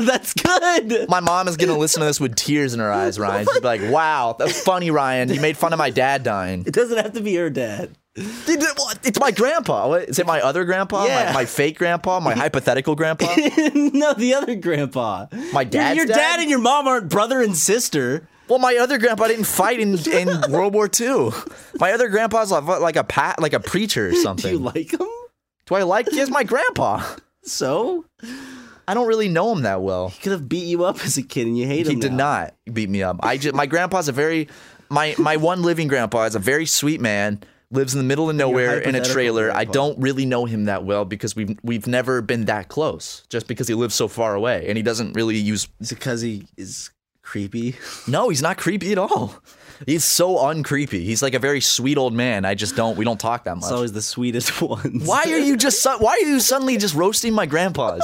Speaker 1: that's good.
Speaker 2: My mom is gonna listen to this with tears in her eyes, Ryan. She's like, "Wow, that's funny, Ryan. You made fun of my dad dying."
Speaker 1: It doesn't have to be your dad. [LAUGHS]
Speaker 2: Did it- what? It's my grandpa. What? Is it my other grandpa? My-
Speaker 1: Yeah.
Speaker 2: My, fake grandpa?
Speaker 1: [LAUGHS]
Speaker 2: My hypothetical grandpa?
Speaker 1: no, the other grandpa.
Speaker 2: My dad's
Speaker 1: your dad?
Speaker 2: dad?
Speaker 1: and your mom aren't brother and sister.
Speaker 2: Well, my other grandpa didn't fight in, in
Speaker 1: [LAUGHS]
Speaker 2: World War II. My other grandpa's like, like a pat, like a preacher or something.
Speaker 1: Do [LAUGHS] you like him?
Speaker 2: Do I like? He's my grandpa.
Speaker 1: So
Speaker 2: I don't really know him that well.
Speaker 1: he could have beat you up as a kid, and you hate
Speaker 2: he
Speaker 1: him.
Speaker 2: did
Speaker 1: now.
Speaker 2: not beat me up. I just my grandpa's a very my my one living grandpa is a very sweet man. Lives in the middle of nowhere in a
Speaker 1: hypothetical
Speaker 2: trailer. I
Speaker 1: grandpa.
Speaker 2: don't really know him that well because we've we've never been that close. Just because he lives so far away and he doesn't really use.
Speaker 1: Is it because he is
Speaker 2: [LAUGHS]
Speaker 1: creepy?
Speaker 2: No, he's not creepy at all. He's so uncreepy. He's like a very sweet old man. I just don't. We don't talk that
Speaker 1: It's
Speaker 2: much.
Speaker 1: always the sweetest [LAUGHS] ones.
Speaker 2: Why are you just su- why are you suddenly just roasting my grandpas?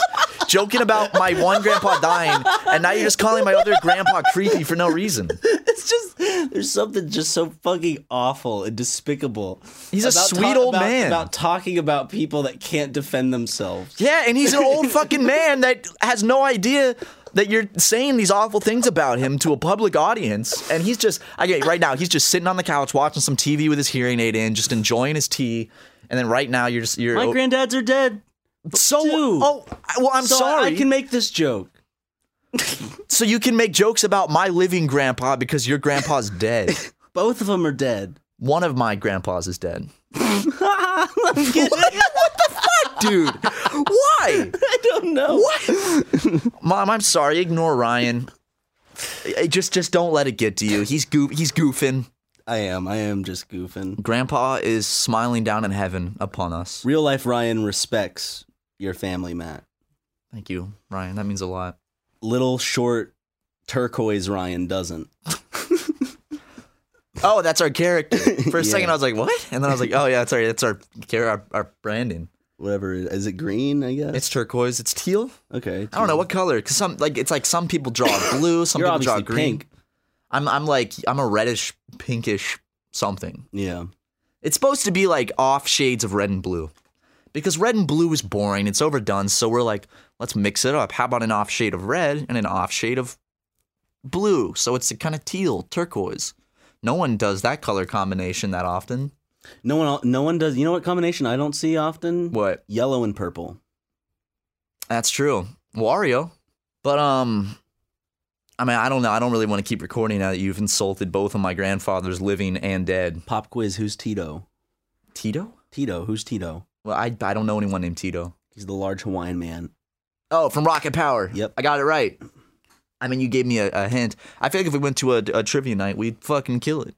Speaker 2: Joking about my one grandpa dying, and now you're just calling my other grandpa creepy for no reason.
Speaker 1: It's just there's something just so fucking awful and despicable.
Speaker 2: He's a sweet old
Speaker 1: about-
Speaker 2: man.
Speaker 1: About talking about people that can't defend themselves.
Speaker 2: Yeah, and he's an old fucking man that has no idea that you're saying these awful things about him to a public audience. And he's just, I get right now, he's just sitting on the couch watching some TV with his hearing aid in, just enjoying his tea. And then right now, you're just, you're
Speaker 1: My
Speaker 2: oh,
Speaker 1: granddads are dead.
Speaker 2: so.
Speaker 1: Dude.
Speaker 2: Oh, I- well, I'm
Speaker 1: so I-
Speaker 2: sorry.
Speaker 1: I can make this joke.
Speaker 2: so you can make jokes about my living grandpa because your grandpa's dead.
Speaker 1: Both of them are dead. [LAUGHS]
Speaker 2: One of my grandpas is dead. [LAUGHS]
Speaker 1: I'm kidding.
Speaker 2: Dude, [LAUGHS] why?
Speaker 1: [LAUGHS] I don't know.
Speaker 2: Mom, I'm sorry. Ignore Ryan. I- Just, just don't let it get to you. He's goof. He's goofing.
Speaker 1: I am. I am just goofing.
Speaker 2: Grandpa is smiling down in heaven upon us.
Speaker 1: Real life Ryan respects your family, Matt.
Speaker 2: Thank you, Ryan. That means a lot.
Speaker 1: Little short turquoise Ryan doesn't.
Speaker 2: Oh, that's our character. For a second,
Speaker 1: Yeah.
Speaker 2: I was like, "What?" And then I was like, "Oh yeah, that's our that's our char- our, our branding.
Speaker 1: Whatever. it- Is it green? I guess.
Speaker 2: It's turquoise. It's teal.
Speaker 1: okay.
Speaker 2: I don't know what color. Cause some like it's like some people
Speaker 1: [COUGHS]
Speaker 2: draw blue, some
Speaker 1: You're
Speaker 2: people draw
Speaker 1: obviously
Speaker 2: green.
Speaker 1: pink.
Speaker 2: I'm I'm like I'm a reddish pinkish something.
Speaker 1: Yeah.
Speaker 2: It's supposed to be like off shades of red and blue. Because red and blue is boring, it's overdone, so we're like, let's mix it up. How about an off shade of red and an off shade of blue? So it's a kind of teal, turquoise. No one does that color combination that often.
Speaker 1: No one. No one does. You know what combination I don't see often?
Speaker 2: What?
Speaker 1: Yellow and purple.
Speaker 2: That's true. Wario. But um I mean, I don't know. I don't really want to keep recording now that you've insulted both of my grandfathers living and dead.
Speaker 1: Pop quiz. Who's Tito?
Speaker 2: Tito?
Speaker 1: Tito. Who's Tito?
Speaker 2: Well, I I don't know anyone named Tito.
Speaker 1: He's the large Hawaiian man.
Speaker 2: Oh, from Rocket Power.
Speaker 1: Yep.
Speaker 2: I got it right. I mean, you gave me a, a hint. I feel like if we went to a, a trivia night, we'd fucking kill it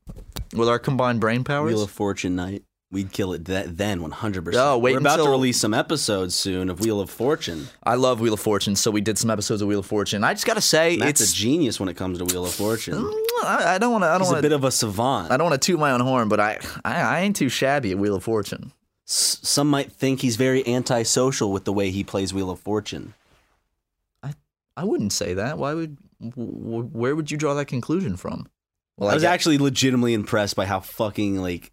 Speaker 2: with our combined brain powers.
Speaker 1: Wheel of Fortune night. We'd kill it that then 100%.
Speaker 2: Oh, wait
Speaker 1: We're about to
Speaker 2: until-
Speaker 1: release some episodes soon of Wheel of Fortune.
Speaker 2: I love Wheel of Fortune, so we did some episodes of Wheel of Fortune. I just gotta say,
Speaker 1: Matt's
Speaker 2: it's Hmm?
Speaker 1: a genius when it comes to Wheel of Fortune.
Speaker 2: I, I don't want to. I don't
Speaker 1: He's a
Speaker 2: want
Speaker 1: bit
Speaker 2: to.
Speaker 1: of a savant.
Speaker 2: I don't want to toot my own horn, but I, I I ain't too shabby at Wheel of Fortune.
Speaker 1: S- some might think he's very antisocial with the way he plays Wheel of Fortune.
Speaker 2: I wouldn't say that. Why would? wh- wh- Where would you draw that conclusion from? Well,
Speaker 1: I was
Speaker 2: guess-
Speaker 1: actually legitimately impressed by how fucking like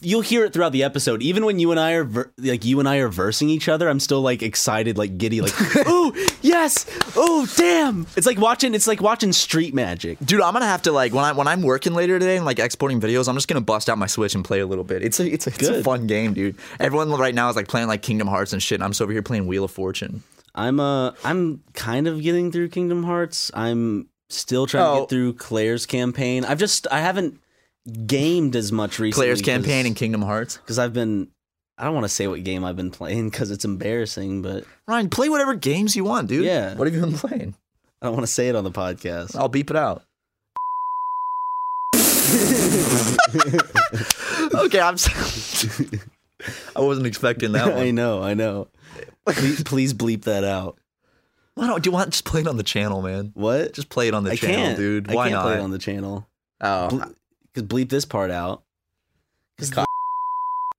Speaker 1: you'll hear it throughout the episode. Even when you and I are ver- like you and I are versing each other, I'm still like excited, like giddy,
Speaker 2: [LAUGHS]
Speaker 1: like oh yes, oh damn. It's like watching it's like watching street magic.
Speaker 2: Dude, I'm gonna have to like when I when I'm working later today and like exporting videos, I'm just gonna bust out my Switch and play a little bit. It's a it's a, it's a
Speaker 1: Good.
Speaker 2: fun game, dude. Everyone right now is like playing like Kingdom Hearts and shit. And I'm just over here playing Wheel of Fortune.
Speaker 1: I'm uh I'm kind of getting through Kingdom Hearts. I'm still trying to
Speaker 2: Oh.
Speaker 1: get through Claire's campaign. I've just I haven't gamed as much recently.
Speaker 2: Players campaign and Kingdom Hearts.
Speaker 1: because I've been I don't want to say what game I've been playing because it's embarrassing, but
Speaker 2: Ryan, play whatever games you want, dude.
Speaker 1: Yeah.
Speaker 2: What have you been playing?
Speaker 1: I don't want to say it on the podcast.
Speaker 2: I'll beep it [LAUGHS] out. okay, I'm. s- [LAUGHS] I wasn't expecting [LAUGHS] that one.
Speaker 1: [LAUGHS] I know, I know. Please, please bleep that out.
Speaker 2: Why don't do you want just play it on the channel, man?
Speaker 1: What?
Speaker 2: Just play it on the
Speaker 1: I
Speaker 2: channel,
Speaker 1: can't,
Speaker 2: dude.
Speaker 1: I
Speaker 2: Why
Speaker 1: can't
Speaker 2: not?
Speaker 1: play it on the channel.
Speaker 2: Oh.
Speaker 1: Because bleep this part out. Because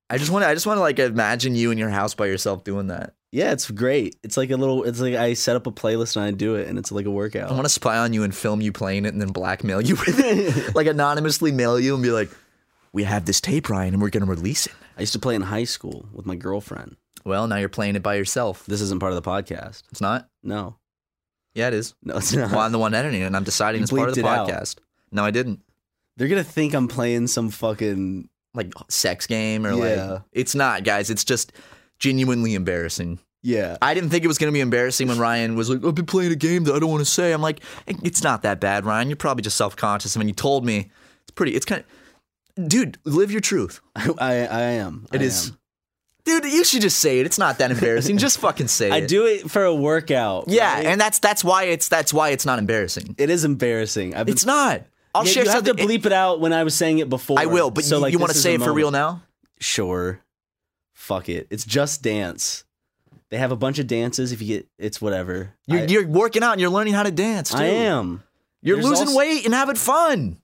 Speaker 2: I just want to. I just want to like imagine you in your house by yourself doing that.
Speaker 1: Yeah, it's great. It's like a little. It's like I set up a playlist and I do it, and it's like a workout.
Speaker 2: I want to spy on you and film you playing it, and then blackmail you with
Speaker 1: [LAUGHS]
Speaker 2: it, like anonymously mail you and be like, "We have this tape, Ryan, and we're gonna release it."
Speaker 1: I used to play in high school with my girlfriend.
Speaker 2: Well, now you're playing it by yourself.
Speaker 1: This isn't part of the podcast.
Speaker 2: It's not.
Speaker 1: No.
Speaker 2: Yeah, it
Speaker 1: [LAUGHS]
Speaker 2: is.
Speaker 1: No, it's not.
Speaker 2: Well, I'm the one editing it, and I'm deciding
Speaker 1: You
Speaker 2: it's part of the
Speaker 1: bleeped it out.
Speaker 2: podcast. No, I didn't.
Speaker 1: They're gonna think I'm playing some fucking
Speaker 2: like sex game or
Speaker 1: Yeah.
Speaker 2: like it's not, guys. It's just genuinely embarrassing.
Speaker 1: Yeah.
Speaker 2: I didn't think it was going to be embarrassing when Ryan was like, I've been playing a game that I don't want to say. I'm like, it's not that bad, Ryan. You're probably just self conscious. I mean, you told me it's pretty, it's kind of, dude, live your truth.
Speaker 1: I, I, am.
Speaker 2: It is, Dude, you should just say it. It's not that embarrassing. just fucking say
Speaker 1: [LAUGHS] I
Speaker 2: it.
Speaker 1: do it for a workout.
Speaker 2: Yeah, and that's that's why it's that's why it's not embarrassing.
Speaker 1: It is embarrassing. I've been-
Speaker 2: It's not. I'll
Speaker 1: Yeah,
Speaker 2: share
Speaker 1: you have to
Speaker 2: something.
Speaker 1: bleep it out when I was saying it before.
Speaker 2: I will, but
Speaker 1: so
Speaker 2: you-
Speaker 1: like
Speaker 2: you want to
Speaker 1: this is
Speaker 2: say
Speaker 1: the
Speaker 2: it for real
Speaker 1: moment.
Speaker 2: now?
Speaker 1: Sure. Fuck it. It's just dance. They have a bunch of dances. If you get, it's whatever.
Speaker 2: You're,
Speaker 1: I-
Speaker 2: you're working out and you're learning how to dance. Too.
Speaker 1: I am.
Speaker 2: You're
Speaker 1: There's
Speaker 2: losing
Speaker 1: also-
Speaker 2: weight and having
Speaker 1: [LAUGHS]
Speaker 2: fun.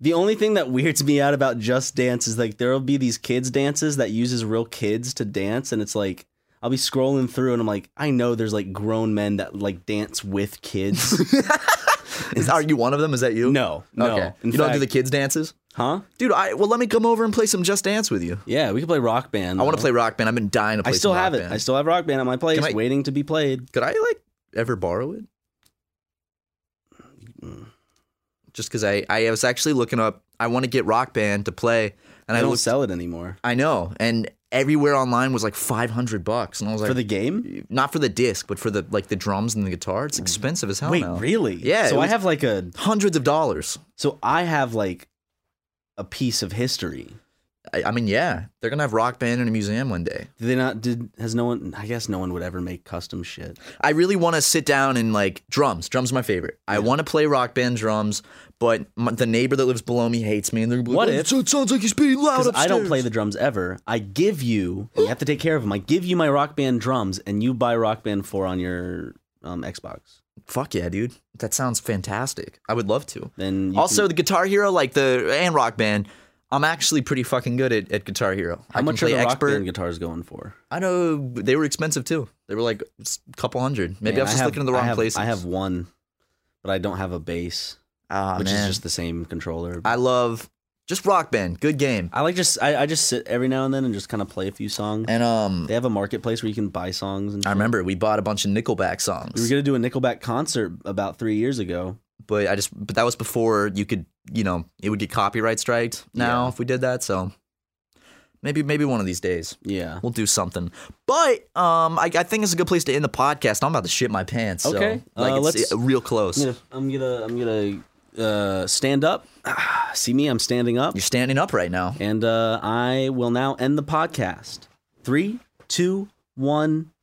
Speaker 1: The only thing that weirds me out about Just Dance is like there'll be these kids dances that uses real kids to dance, and it's like I'll be scrolling through and I'm like, I know there's like grown men that like dance with kids.
Speaker 2: [LAUGHS] Is- are you one of them? Is that you?
Speaker 1: No, no.
Speaker 2: Okay.
Speaker 1: In
Speaker 2: you don't do
Speaker 1: fact-
Speaker 2: the kids dances,
Speaker 1: huh?
Speaker 2: dude? I well, let me come over and play some Just Dance with you.
Speaker 1: Yeah, we could play Rock Band.
Speaker 2: I want to
Speaker 1: though.
Speaker 2: play Rock Band. I've been dying to
Speaker 1: I
Speaker 2: play.
Speaker 1: still
Speaker 2: some
Speaker 1: have
Speaker 2: rock
Speaker 1: it.
Speaker 2: Band.
Speaker 1: I still have Rock Band at my place,
Speaker 2: Can I-
Speaker 1: waiting to be played.
Speaker 2: Could I like ever borrow it? Just because I I was actually looking up. I want to get Rock Band to play, and
Speaker 1: I
Speaker 2: I
Speaker 1: don't
Speaker 2: looked-
Speaker 1: sell it anymore
Speaker 2: I know, and everywhere online was like five hundred bucks, and I was like,
Speaker 1: for the game.
Speaker 2: not for the disc, but for the like the drums and the guitar. It's expensive as hell.
Speaker 1: Wait,
Speaker 2: now.
Speaker 1: really?
Speaker 2: Yeah.
Speaker 1: So
Speaker 2: it
Speaker 1: I
Speaker 2: was
Speaker 1: have like a.
Speaker 2: hundreds of dollars.
Speaker 1: So I have like a piece of history.
Speaker 2: I, I mean, yeah, they're gonna have Rock Band in a museum one day.
Speaker 1: Did they not? Did has no one? I guess no one would ever make custom shit.
Speaker 2: I really want to sit down and like drums. Drums are my favorite. I want to play rock band drums, but my, the neighbor that lives below me hates me. And they're gonna be like,
Speaker 1: What
Speaker 2: "Oh,
Speaker 1: if-
Speaker 2: So it sounds like he's being loud
Speaker 1: Because
Speaker 2: upstairs.
Speaker 1: I don't play the drums ever. I give you. and You have to take care of them. I give you my Rock Band drums, and you buy Rock Band Four on your um, Xbox.
Speaker 2: Fuck yeah, dude. That sounds fantastic. I would love to.
Speaker 1: Then you
Speaker 2: Also,
Speaker 1: can-
Speaker 2: the Guitar Hero, like the and Rock Band, I'm actually pretty fucking good at, at Guitar Hero.
Speaker 1: how
Speaker 2: I
Speaker 1: much
Speaker 2: can
Speaker 1: are
Speaker 2: play
Speaker 1: the
Speaker 2: expert.
Speaker 1: Rock Band guitars going for?
Speaker 2: I know they were expensive too. They were like a couple hundred. Maybe
Speaker 1: Man,
Speaker 2: I was just
Speaker 1: have-
Speaker 2: looking in the
Speaker 1: I
Speaker 2: wrong
Speaker 1: have-
Speaker 2: places.
Speaker 1: I have one, but I don't have a bass,
Speaker 2: Ah,
Speaker 1: which
Speaker 2: man.
Speaker 1: is just the same controller.
Speaker 2: I love just Rock Band. Good game.
Speaker 1: I like just I, I just sit every now and then and just kind of play a few songs.
Speaker 2: And um,
Speaker 1: They have a marketplace where you can buy songs. And
Speaker 2: I
Speaker 1: shit.
Speaker 2: remember we bought a bunch of Nickelback songs.
Speaker 1: we were gonna do a Nickelback concert about three years ago.
Speaker 2: but I just but that was before you could you know it would get copyright striked now
Speaker 1: Yeah.
Speaker 2: if we did that so maybe maybe one of these days
Speaker 1: Yeah.
Speaker 2: we'll do something but um I, I think it's a good place to end the podcast I'm about to shit my pants so,
Speaker 1: Okay.
Speaker 2: like
Speaker 1: Uh,
Speaker 2: it's
Speaker 1: let's-
Speaker 2: uh, real close
Speaker 1: I'm gonna I'm gonna, I'm gonna uh, stand up. [SIGHS] See me, I'm standing up,
Speaker 2: you're standing up right now
Speaker 1: and uh, I will now end the podcast. Three, two, one.